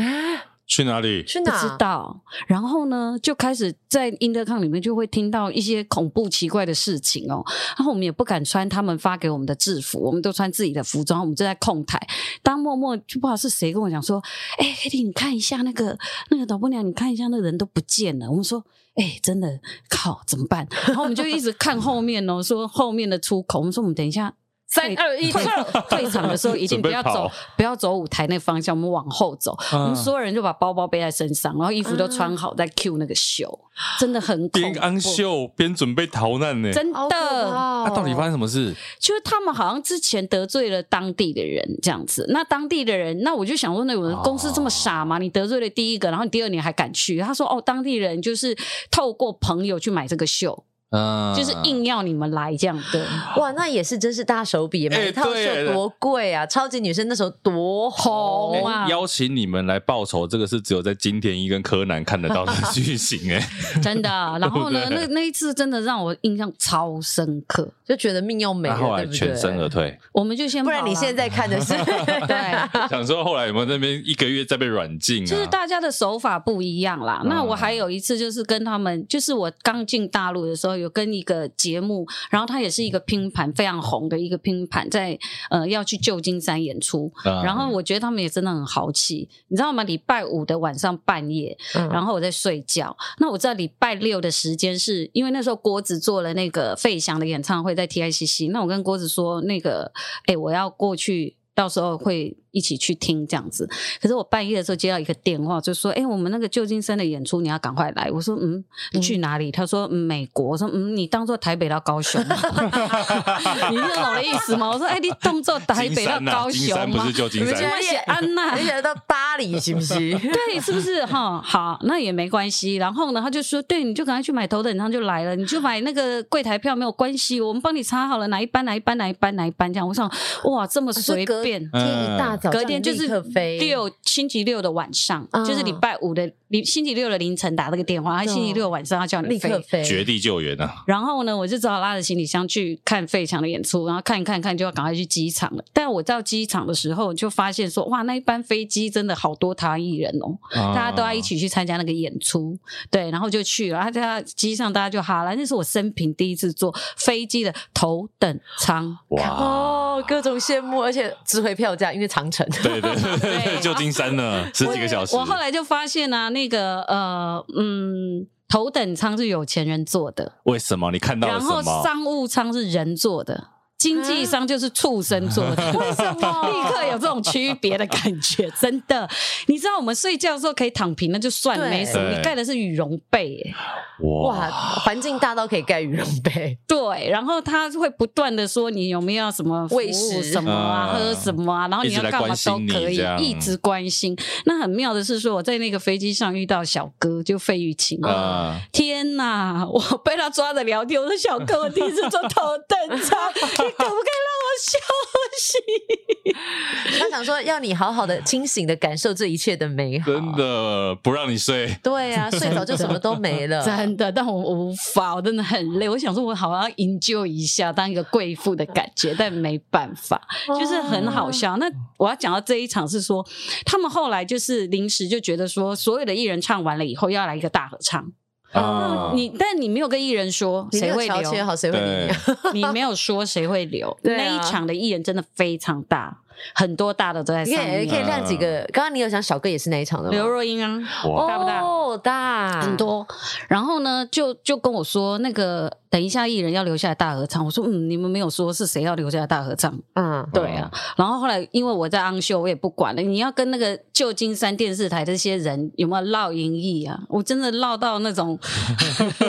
S1: 去哪里？
S2: 去
S4: 啊不
S2: 哪？
S4: 知道，然后呢，就开始在 intercom 里面就会听到一些恐怖奇怪的事情哦。然后我们也不敢穿他们发给我们的制服，我们都穿自己的服装。我们就在控台，当默默就不知道是谁跟我讲说：“哎、k i t t y 你看一下那个那个导播娘，你看一下那个人都不见了。”我们说。哎、真的靠，怎么办？然后我们就一直看后面哦，说后面的出口。我们说我们等一下
S2: 三
S4: 退
S2: 二一，
S4: 退退场的时候一定不要
S1: 准备
S4: 走
S1: 跑，
S4: 不要走舞台那方向，我们往后走。
S1: 嗯
S4: 我
S1: 啊
S4: 嗯们所有人就把包包背在身上，然后衣服都穿好，在 Q 那个秀，真的很恐
S1: 边
S4: 怖。
S1: 安秀边准备逃难呢。
S4: 真
S2: 好可
S4: 的，
S2: 怕哦
S1: 他到底发生什么事？
S4: 就是他们好像之前得罪了当地的人这样子。那当地的人，那我就想说，那我们公司这么傻吗？你得罪了第一个，然后你第二年还敢去？他说，哦，当地人就是透过朋友去买这个秀，
S1: 嗯，
S4: 就是硬要你们来这样 的。
S2: 哇，那也是真是大手笔，买一套
S1: 哎对耶
S2: 秀多贵啊！超级女生那时候多
S4: 红
S2: 红
S4: 啊
S2: 啊！
S1: 哎邀请你们来报仇，这个是只有在金田一跟柯南看得到的剧情哎、
S4: 真的。然后呢，
S1: 对
S4: 那那一次真的让我印象超深刻。
S2: 就觉得命要没
S1: 那
S2: 了，
S1: 后来
S2: 对不对啊
S1: 全身而退，
S4: 我们就先
S2: 不然你现
S4: 在
S2: 在看的 是
S4: 对。
S1: 想说后来有没有那边一个月再被软禁啊？
S4: 就是大家的手法不一样啦。那我还有一次就是跟他们，就是我刚进大陆的时候，有跟一个节目，然后他也是一个拼盘非常红的一个拼盘，在呃要去旧金山演出。
S1: 嗯
S4: 然后我觉得他们也真的很豪气，你知道吗？礼拜五的晚上半夜，
S2: 嗯
S4: 然后我在睡觉。那我知道礼拜六的时间是因为那时候郭子做了那个费翔的演唱会在 TICC，那我跟郭子说那个，哎、我要过去。到时候会一起去听这样子，可是我半夜的时候接到一个电话，就说：“哎、我们那个旧金山的演出，你要赶快来。”我说：“嗯，你去哪里？”他说：“嗯，美国。”我说：“嗯，你当做台北到高雄吗， 你听得懂我的意思吗？”我说：“哎、你当做台北到高
S1: 啊金
S4: 雄
S1: 山不
S4: 吗
S1: 是？”旧
S4: 你
S1: 金
S4: 们
S1: 山
S4: 就，要写安娜
S2: 你。想到巴黎行不行？
S4: 对，是不是哈？好，那也没关系。然后呢，他就说，对，你就赶快去买头等舱就来了，你就买那个柜台票没有关系，我们帮你查好了哪一班哪一班哪一班哪一班这样。我想，哇，这么随
S2: 哦是隔
S4: 便，
S1: 嗯
S2: 天一大早，
S4: 隔天就是
S2: 立刻飞
S4: 六星期六的晚上，
S2: 嗯
S4: 就是礼拜五的你星期六的凌晨打这个电话，他
S2: 对哦
S4: 星期六晚上要叫你
S2: 立刻飞，
S4: 飞。
S1: 绝地救援啊！
S4: 然后呢，我就只好拉着行李箱去看费翔的演出，然后看一看看就要赶快去机场了。但我到机场的时候，就发现说，哇，那一班飞机真的好多台艺人哦，
S1: 大
S4: 大家都要一起去参加那个演出，对，然后就去了。他啊在机上大家就哈啦，那是我生平第一次坐飞机的头等舱。
S1: 哇！
S2: 哦，各种羡慕，而且值回票价，因为长城。
S1: 对对对对，
S4: 对
S1: 旧金山呢，十几个小时。
S4: 我后来就发现啊，那个呃嗯，头等舱是有钱人坐的，
S1: 为什么你看到了
S4: 然
S1: 什
S4: 后
S1: 么？
S4: 商务舱是人坐的。经济舱就是畜生坐的，
S2: 为什么
S4: 立刻有这种区别的感觉？真的，你知道我们睡觉的时候可以躺平，那就算
S2: 对
S4: 没什么。
S1: 对
S4: 你盖的是羽绒被、耶
S2: 哇，环境大到可以盖羽绒 被，
S4: 对，然后他会不断的说你有没有什么服务
S2: 喂食
S4: 什么啊，
S1: 嗯
S4: 喝什么啊，然后
S1: 一
S4: 你
S1: 直
S4: 要
S1: 来
S4: 干嘛
S1: 关心
S4: 都
S1: 你
S4: 可以
S1: 这样，
S4: 一直关心。那很妙的是说，我在那个飞机上遇到小哥，就费玉清。
S1: 啊！
S4: 天呐！我被他抓着聊天，我说小哥，我第一次坐头等舱， 你可不可以让我休 息？
S2: 他想说要你好好的清醒的感受这一切的美好。
S1: 真，的不让你睡，
S2: 对 啊，睡着就什么都没 了。
S4: 真的，但我我无法，我真的很累。我想说，我好像 enjoy 一下当一个贵妇的感觉，但没办法，
S2: 哦
S4: 就是很好笑。那我要讲到这一场是说，他们后来就是临时就觉得说，所有的艺人唱完了以后要来一个大合唱。
S1: 啊
S4: 你但你没有跟艺人说
S2: 嗯你没哦
S4: 谁
S2: 有
S4: 会
S2: 乔迁
S4: 留，
S2: 好，谁会理
S1: 对
S2: 你？
S4: 你啊没有说谁会留。
S2: 对
S4: 那
S2: 啊
S4: 一场的艺人真的非常大，很多大的都在
S2: 你
S4: 上
S2: 可以可以
S1: 啊
S2: 嗯
S4: 面。
S2: 亮几个。刚刚你有讲小哥也是那一场的
S4: 刘
S2: 吗？
S4: 若英啊，
S1: 哇
S4: 大不大
S2: 哦，大
S4: 很。多。然后呢，就就跟我说，那个等一下艺人要留下来大合唱。我说，嗯，你们没有说是谁要留下来大合唱。
S2: 嗯，
S4: 对啊，然后后来因为我在昂秀，我也不管了。你要跟那个旧金山电视台这些人有没有绕音译啊？我真的绕到 那种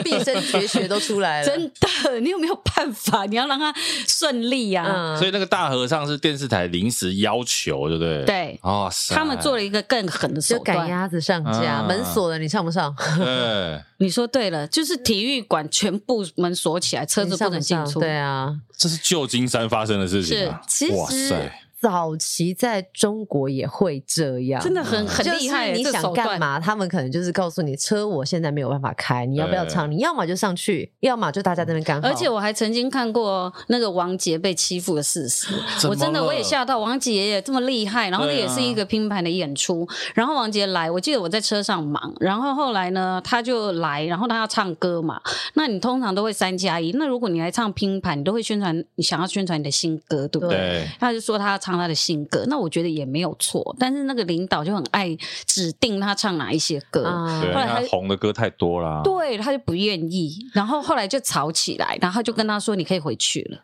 S2: 毕生绝学都出来了。
S4: 真的，你有没有办法？你要让他顺利呀、啊。
S2: 嗯
S1: 所以那个大合唱是电视台临时要求，对不对？，
S4: 对，
S1: 哦，塞
S4: 他们做了一个更狠的手
S2: 哎就赶
S4: 段。
S2: 鸭子上架，
S1: 嗯
S2: 门锁了，你唱不上？
S1: 对，
S4: 你说对了，就是体育馆全部门锁起来，车子
S2: 你
S4: 不
S2: 上
S4: 能进
S2: 上
S4: 出。
S2: 对啊，
S1: 这是旧金山发生的事情啊！
S2: 其
S1: 哇
S2: 实
S1: 塞，
S2: 早期在中国也会这样，
S4: 真的很很
S2: 嗯就是
S4: 厉害，
S2: 你
S4: 这
S2: 想
S4: 手
S2: 干
S4: 段？
S2: 嘛，他们可能就是告诉你，车我现在没有办法开，你要不要唱？你要么就上去，要么就大家在那边干好。
S4: 而且我还曾经看过那个王杰被欺负的事实，
S1: 怎么
S4: 啊我真的
S1: 了
S4: 我也吓到王杰也这么厉害，然后那
S1: 对啊
S4: 也是一个拼盘的演出，然后王杰来，我记得我在车上忙，然后后来呢他就来，然后他要唱歌嘛，那你通常都会三加一，那如果你来唱拼盘，你都会宣传你想要宣传你的新歌，对不对？
S1: 对，
S4: 他就说他要唱他的新歌，那我觉得也没有错，但是那个领导就很爱指定他唱哪一些歌，
S2: 啊
S1: 对，
S4: 后来
S1: 他
S4: 他
S1: 红的歌太多啦。
S4: 对，他就不愿意，然后后来就吵起来，然后就跟他说：“你可以回去了。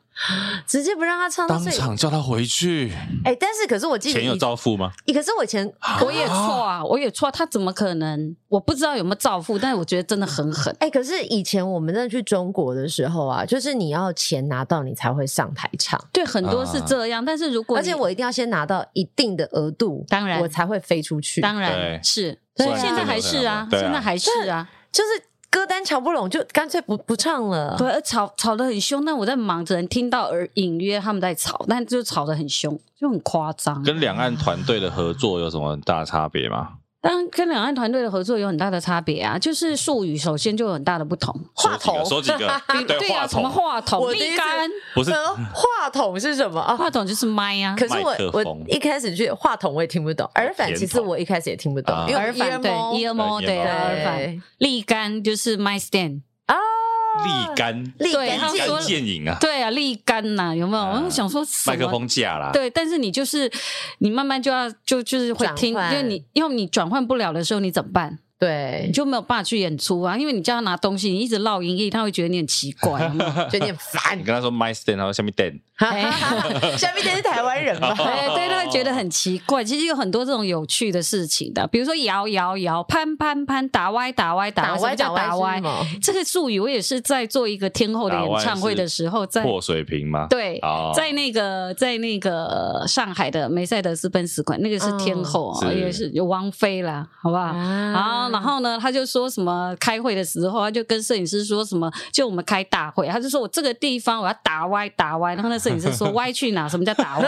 S2: 直接不让他唱，
S4: 啊
S1: 当
S2: 所以
S1: 场叫他回去，
S2: 哎，但是可是我记得
S1: 钱有照付吗？
S2: 以，可是我以前”
S4: 我也错啊，我也错啊，他怎么可能？我不知道有没有造父，但是我觉得真的很狠。
S2: 哎，可是以前我们真的去中国的时候啊，就是你要钱拿到你才会上台唱，
S4: 对，很多
S1: 啊
S4: 是这样，但是如果
S2: 而
S4: 你
S2: 且我一定要先拿到一定的额度，
S4: 当然
S2: 我才会飞出去。
S4: 当
S1: 对
S4: 然是，
S2: 对
S4: 所
S2: 啊
S4: 以现在还是啊，
S1: 对啊
S4: 现在还是啊，
S2: 就是歌单瞧不拢，就干脆不不唱了。
S4: 对，而吵吵得很凶，但我在忙着，能听到而隐约他们在吵，但就吵得很凶，就很夸张。
S1: 跟两岸团队的合作有什么很大的差别吗？
S4: 当然，跟两岸团队的合作有很大的差别啊，就是术语首先就有很大的不同。
S2: 话筒
S1: 说几个， 说几个对
S4: 对啊，
S1: 话
S4: 什么
S1: 筒，
S4: 话筒、
S2: 我第一
S4: 立
S2: 次
S4: 杆。
S1: 不是
S2: 呃话筒是什么啊？
S4: 话筒就是麦呀、
S2: 可是我
S1: 麦克风哦
S2: 我一开始去话筒我也听不懂，耳返
S1: 甜
S2: 其实
S1: 筒
S2: 我一开始也听不懂，
S1: 啊
S2: 因为
S4: 耳返对
S2: earmo
S4: ，ear
S1: mo，
S4: mo 对
S1: 对
S4: 耳返，立杆就是麦 stand，
S2: 啊，
S1: 立竿，立
S2: 立
S4: 呃对
S2: 竿
S4: 他
S2: 见
S1: 竿
S4: 说
S1: 见影啊，
S4: 对啊，立杆呐、有没有？
S1: 啊
S4: 我想说什么
S1: 麦克。风啊架啦，
S4: 对，但是你就是你慢慢就要就就是会听，
S2: 转换
S4: 因为你因为你转换不了的时候，你怎么办？
S2: 对
S4: 你，就没有办法去演出啊，因为你叫他拿东西，你一直绕音译，他会觉得你很奇怪。 有没有
S2: 就有点烦
S1: 你。跟他说 my stand，然后下面 d a n
S4: 哎
S2: 下面这是台湾人吧？
S1: 哎
S4: 对对，他会觉得很奇怪。其实有很多这种有趣的事情的，比如说摇摇摇、攀攀攀、打歪打歪
S2: 打
S4: 打
S2: 歪
S4: 歪，什么叫打
S2: 歪
S4: 歪
S2: 是吗？
S4: 这个术语我也是在做一个天后的演唱会的时候，在
S1: 破水瓶吗？
S4: 对
S1: 哦，
S4: 在那个在那个呃上海的梅赛德斯奔驰馆，那个是天后，
S1: 嗯
S4: 也是有王菲啦，好不好？
S2: 啊
S4: 然后然后呢，他就说什么开会的时候，他就跟摄影师说什么，就我们开大会，他就说我这个地方我要打歪打歪，然后那摄影师说 歪去哪？什么叫打歪？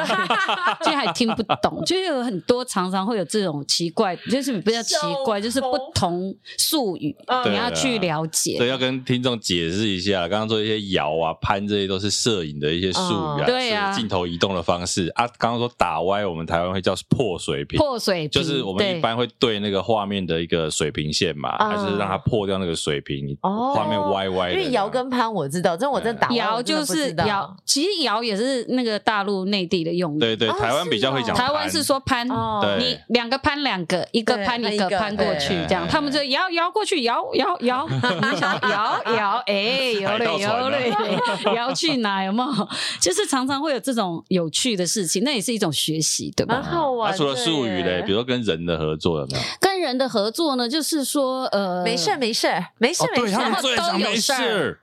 S4: 就还听不懂，就有很多常常会有这种奇怪，就是比较奇怪，就是不同术语，
S1: 啊
S2: 嗯
S4: 你要去了
S1: 所以
S4: 解。
S1: 要跟听众解释一下，刚刚说一些摇啊、攀这些都是摄影的一些术语啊，
S4: 嗯对啊
S1: 是镜头移动的方式啊。刚刚说打歪，我们台湾会叫破水平。
S4: 破水平
S1: 就是我们一
S4: 嗯对啊
S1: 般会对那个画面的一个水平线嘛，
S2: 嗯
S1: 还是让它破掉那个水平，你
S2: 哦
S1: 画面歪歪的
S2: 因
S1: 这样。
S2: 为摇跟攀我知道，真的我真的打完
S4: 摇
S2: 我真
S4: 嗯就
S2: 的不知
S4: 是
S2: 道
S4: 摇，其实摇也是那个大陆内地的用语。
S1: 对对，
S2: 哦
S1: 台湾比较会
S2: 是
S1: 讲
S2: 哦
S1: 攀。
S4: 台啊湾是说攀，
S2: 哦
S1: 对
S4: 你两个攀两个，一个
S2: 对
S4: 攀一
S2: 一
S4: 个
S2: 个
S4: 攀过去
S1: 对，
S4: 这样
S1: 对
S4: 他们就摇摇过去，摇摇 摇， 你想摇摇，哎，
S1: 海盗
S4: 有嘞
S1: 船啊
S4: 有嘞，摇去哪？有没有？就是常常会有这种有趣的事情，那也是一种学习，对吧？
S2: 蛮好
S1: 那
S2: 玩
S1: 啊
S2: 的耶。
S1: 除了术语嘞，比如说跟人的合作有没有？
S4: 跟人的合作呢，就是说，呃，
S2: 没事儿没事儿没事
S1: 哦
S2: 儿，没
S1: 对
S2: 事
S1: 他
S2: 儿
S1: 们。最常没
S4: 都有
S1: 事
S4: 事，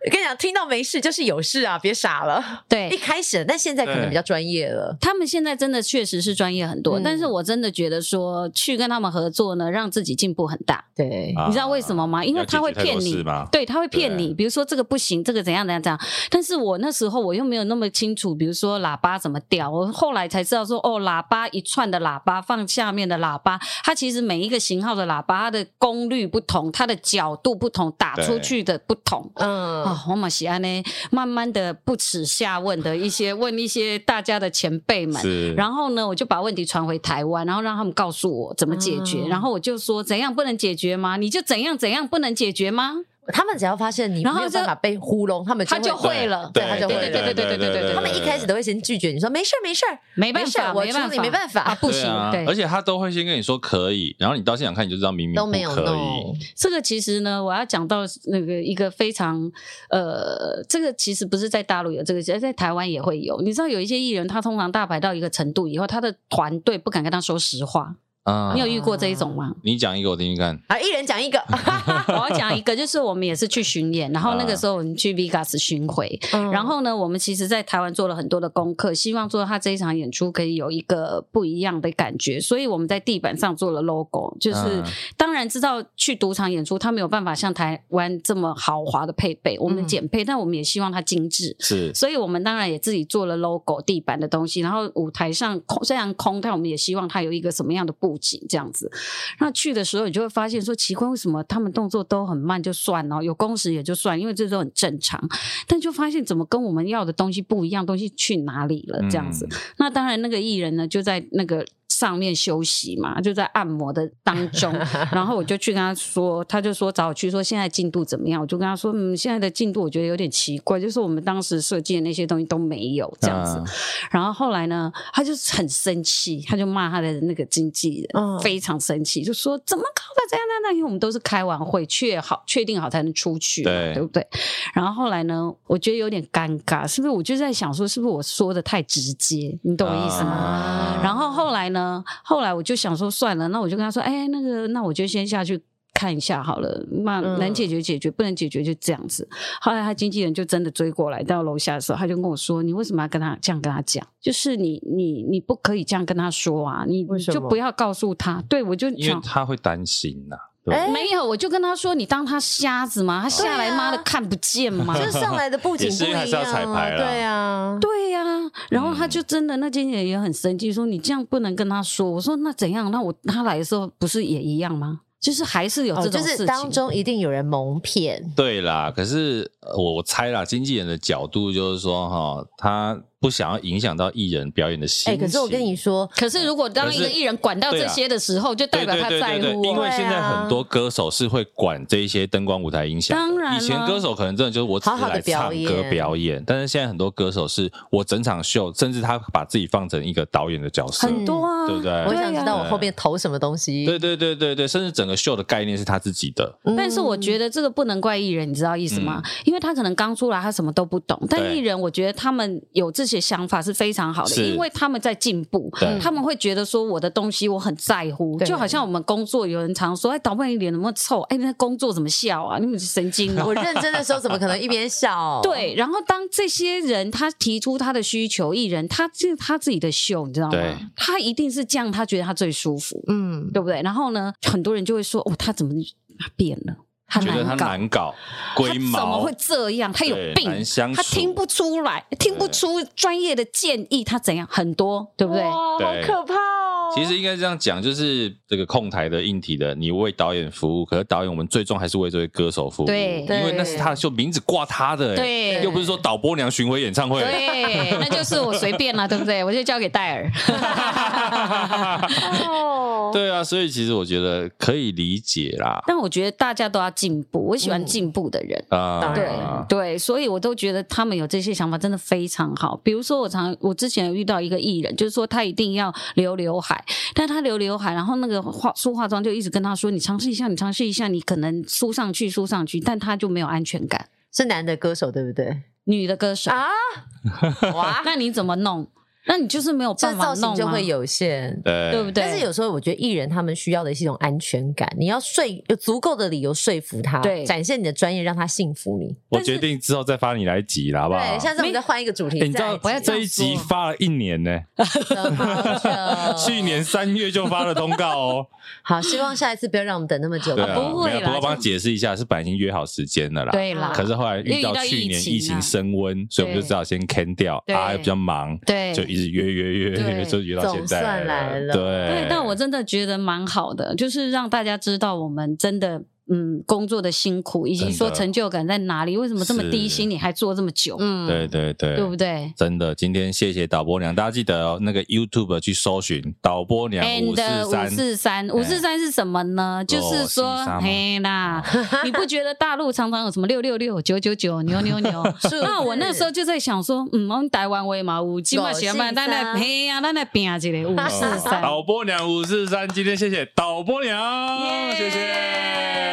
S2: 我跟你讲，听到没事就是有事啊，别傻了。
S4: 对
S2: 一，开始，但现在可能比较专业了。
S4: 他们现在真的确实是专业很多，
S2: 嗯
S4: 但是我真的觉得说去跟他们合作呢，让自己进步很大。
S2: 对
S1: 啊
S4: 你知道为什么吗？因为他会骗
S1: 要解决太多
S4: 你
S1: 事吗，
S4: 对，他会骗
S1: 对
S4: 你。比如说这个不行，这个怎样怎样怎样。但是我那时候我又没有那么清楚，比如说喇叭怎么调，我后来才知道说，哦，喇叭一串的喇叭放下面的喇叭，它其实每一个型号的喇叭，它的功率不同，它的角度不同，打出去的不同。
S2: 嗯，
S4: 啊、我马西安呢，慢慢的不耻下问的一些问一些大家的前辈们，
S1: 是，
S4: 然后呢，我就把问题传回台湾，然后让他们告诉我怎么解决。
S2: 嗯
S4: 然后我就说怎样不能解决吗？你就怎样怎样不能解决吗？
S2: 他们只要发现你没
S4: 然后
S2: 有办法被糊弄，他们
S4: 他就
S2: 会。
S4: 会了
S1: 对
S2: 对他就会
S1: 对啊
S4: 对对对对对对
S2: 他们一开始都会先拒绝你说没事儿没事儿，
S4: 没办
S2: 没事
S4: 法，
S2: 儿我
S4: 没办
S2: 处理
S4: 法，
S2: 没办法
S4: 啊，不行。
S1: 对啊
S4: 对，
S1: 而且他都会先跟你说可以，然后你到现场看你就知道明明
S2: 都没有
S1: 不可以
S2: 弄。
S4: 这个其实呢，我要讲到那个一个非常呃，这个其实不是在大陆有这个，在台湾也会有。你知道有一些艺人，他通常大牌到一个程度以后，他的团队不敢跟他说实话。
S1: 啊
S4: 你有遇过这一种吗？
S1: 你讲一个我听听看。
S2: 啊，一人讲一个。
S4: 我要讲一个，就是我们也是去巡演，然后那个时候我们去 Vegas 巡回，
S2: 嗯
S4: 然后呢，我们其实，在台湾做了很多的功课，希望做他这一场演出可以有一个不一样的感觉，所以我们在地板上做了 logo，就是、
S1: 嗯
S4: 当然知道去赌场演出，他没有办法像台湾这么豪华的配备，我们
S2: 嗯
S4: 减配，但我们也希望它精致。
S1: 是
S4: 所以我们当然也自己做了 logo 地板的东西，然后舞台上空虽然空，但我们也希望它有一个什么样的布景这样子。那去的时候，你就会发现说奇怪，为什么他们动作都很慢就算了，有工时也就算，因为这都很正常。但就发现怎么跟我们要的东西不一样，东西去哪里了这样
S1: 嗯
S4: 子。，那当然，那个艺人呢就在那个上面休息嘛，就在按摩的当中。然后我就去跟他说，他就说找我去说现在进度怎么样？我就跟他说，嗯，现在的进度我觉得有点奇怪，就是我们当时设计的那些东西都没有这样子。
S1: 啊嗯
S4: 然后后来呢，他就很生气，他就骂他的那个经纪人，
S2: 嗯
S4: 非常生气，就说怎么搞的这样那样，因为我们都是开完会确好确定好才能出去嘛，
S1: 对
S4: 不对？然后后来呢，我觉得有点尴尬，是不是？我就在想说，是不是我说的太直接？你懂我意思吗？
S1: 啊
S4: 然后后来呢？后来我就想说，算了，那我就跟他说，哎，那个，那我就先下去看一下好了。那
S2: 嗯
S4: 能解决解决，不能解决就这样子。后来他经纪人就真的追过来，到楼下的时候，他就跟我说：“你为什么要跟他这样跟他讲？就是你你你不可以这样跟他说啊，你
S2: 为
S4: 你
S2: 什么
S4: 就不要告诉他。”对，我就
S1: 因为
S4: 想。
S1: 他会担心呐，
S2: 哎
S4: 没有，我就跟他说：“你当他瞎子吗？他下来
S2: 对啊
S4: 妈的看不 见吗？
S2: 就是 上来的布景
S1: 也是
S2: 不
S1: 因为还
S2: 一
S1: 是要
S2: 样
S1: 彩排
S2: 啊，
S1: 啦
S2: 对啊，
S4: 对呀、然后他
S1: 嗯
S4: 就真的那经纪人也很生气，说你这样不能跟他说。我说那怎样？那我他来的时候不是也一样吗？就是还是有
S2: 哦
S4: 这
S2: 就
S4: 种事情。
S2: 是当中一定有人蒙骗，
S1: 对啦，可是呃我我猜啦，经纪人的角度就是说，哈，他不想要影响到艺人表演的心
S2: 哎，
S1: 情。
S2: 可是我跟你说，
S4: 可是如果当一
S1: 可
S4: 个
S1: 是
S4: 艺人管到这些的时候，就代
S1: 对
S4: 表
S1: 对
S4: 他
S1: 对
S4: 在
S1: 对对，
S4: 乎哦
S1: 因
S4: 我。
S1: 为现在很多歌手是会管这一些灯光舞台音响的。
S4: 当然啦
S1: 以前歌手可能真的就是我只
S2: 好
S1: 是
S2: 好地
S1: 来唱
S2: 表演
S1: 歌表演，但是现在很多歌手是我整场秀，甚至他把自己放成一个导演的角色，
S4: 很多啊，
S1: 对不对？
S2: 我想知道
S1: 对啊
S2: 我后面投什么东西。
S1: 对对对对对，甚至整个秀的概念是他自己的。
S2: 嗯
S4: 但是我觉得这个不能怪艺人，你知道意思吗？因为他可能刚出来，他什么都不懂。但
S1: 嗯对
S4: 艺人，我觉得他们有这些想法是非常好的，
S1: 是
S4: 因为他们在进步
S1: 对，
S4: 他们会觉得说我的东西我很在乎。
S2: 对
S4: 就好像我们工作，有人常说：“哎，导播你脸怎么臭？哎，那工作怎么笑啊？你们神经哦
S2: 我认真的时候怎么可能一边笑？
S4: 对，然后当这些人他提出他的需求，艺人他这是他自己的秀，你知道
S1: 对
S4: 吗？他一定是这样，他觉得他最舒服。
S2: 嗯，
S4: 对不对？然后呢，很多人就会说，哦，他怎么他变了，他
S1: 觉得他
S4: 难搞。
S1: 难搞，
S4: 他
S1: 龟
S4: 怎么
S1: 毛
S4: 会，这样？他有
S1: 对
S4: 病
S1: 难相，
S4: 他
S1: 处
S4: 听不出来，听不出专业的建议，他怎样很多，对不对？
S2: 哇，好
S1: 对
S2: 可怕哦！
S1: 其实应该这样讲，就是这个控台的硬体的，你为导演服务，可是导演我们最终还是为这位歌手服务，
S4: 对
S1: 因为那是他的秀，名字挂他的、欸，
S4: 对
S1: 又不是说导播娘巡回演唱会，
S4: 对，那就是我随便了，对不对？我就交给 戴尔。
S2: 哦，
S1: 对啊，所以其实我觉得可以理解啦，
S4: 但我觉得大家都要进步，我喜欢
S2: 嗯
S4: 进步的人。
S1: 啊、
S2: 当然
S4: 对，所以我都觉得他们有这些想法真的非常好。比如说，我常我之前有遇到一个艺人，就是说他一定要留刘海，但他留刘海，然后那个化梳化妆就一直跟他说：“你尝试一下，你尝试一下，你可能梳上去，梳上去。”但他就没有安全感。
S2: 是男的歌手对不对？
S4: 女的歌手，
S2: 啊，哇，
S4: 那你怎么弄？那你就是没有
S2: 啊这
S4: 办法
S2: 造
S4: 弄、
S2: 型就
S4: 啊，
S2: 会有限。
S1: 对
S4: 对不对？
S2: 但是有时候我觉得艺人他们需要的是一种安全感，你要说有足够的理由说服他，
S4: 对
S2: 展现你的专业，让他信服你。
S1: 我决定之后再发你来一集啦，好不好？
S2: 对，下次我们再换一个主题
S1: 欸
S2: 再
S1: 你知道
S2: 讲。
S4: 我要这
S1: 这一
S4: 样说
S1: 集发了一年呢、
S4: 哦
S1: 去年三月就发了通告 哦。
S2: 好，希望下一次不要让我们等那么久。
S1: 对啊，
S4: 啊不会啦
S1: 没有不过帮他解释一下，是本来已经约好时间了啦。。
S4: 对啦，
S1: 可是后来遇
S4: 啊因为遇
S1: 到
S4: 到
S1: 去年
S4: 疫情啊
S1: 疫情升温，所以我们就只好先 can 掉，
S4: 对
S1: 啊，又比较忙，
S4: 对
S1: 就一直约约约约约，
S4: 对
S1: 就约到现
S2: 总算
S1: 在
S2: 来了
S1: 对，
S4: 对，但我真的觉得蛮好的，就是让大家知道我们真的。嗯，工作的辛苦，以及
S1: 真的
S4: 说成就感在哪里？为什么这么低薪，你还做这么久？
S2: 嗯，
S1: 对对对，
S4: 对不对？
S1: 真的，今天谢谢导播娘，大家记得、哦、那个 YouTube 去搜寻导播娘五
S4: and 呃
S1: 四
S4: 五
S1: 三，
S4: 四三五四三是什么呢？就是
S1: 西
S4: 说
S1: 沙吗，哦
S4: 嘿啦，你不觉得大陆常常有什么六六六、九九九、牛牛 牛？那我那时候就在想说，嗯，我们台湾话嘛有，今晚想办，
S2: 五四
S4: 咱
S2: 三
S4: 来嘿呀，咱来拼一个五四
S1: 哦
S4: 三。
S1: 导播娘五四三，今天谢谢导播娘，
S4: 耶
S1: 谢谢。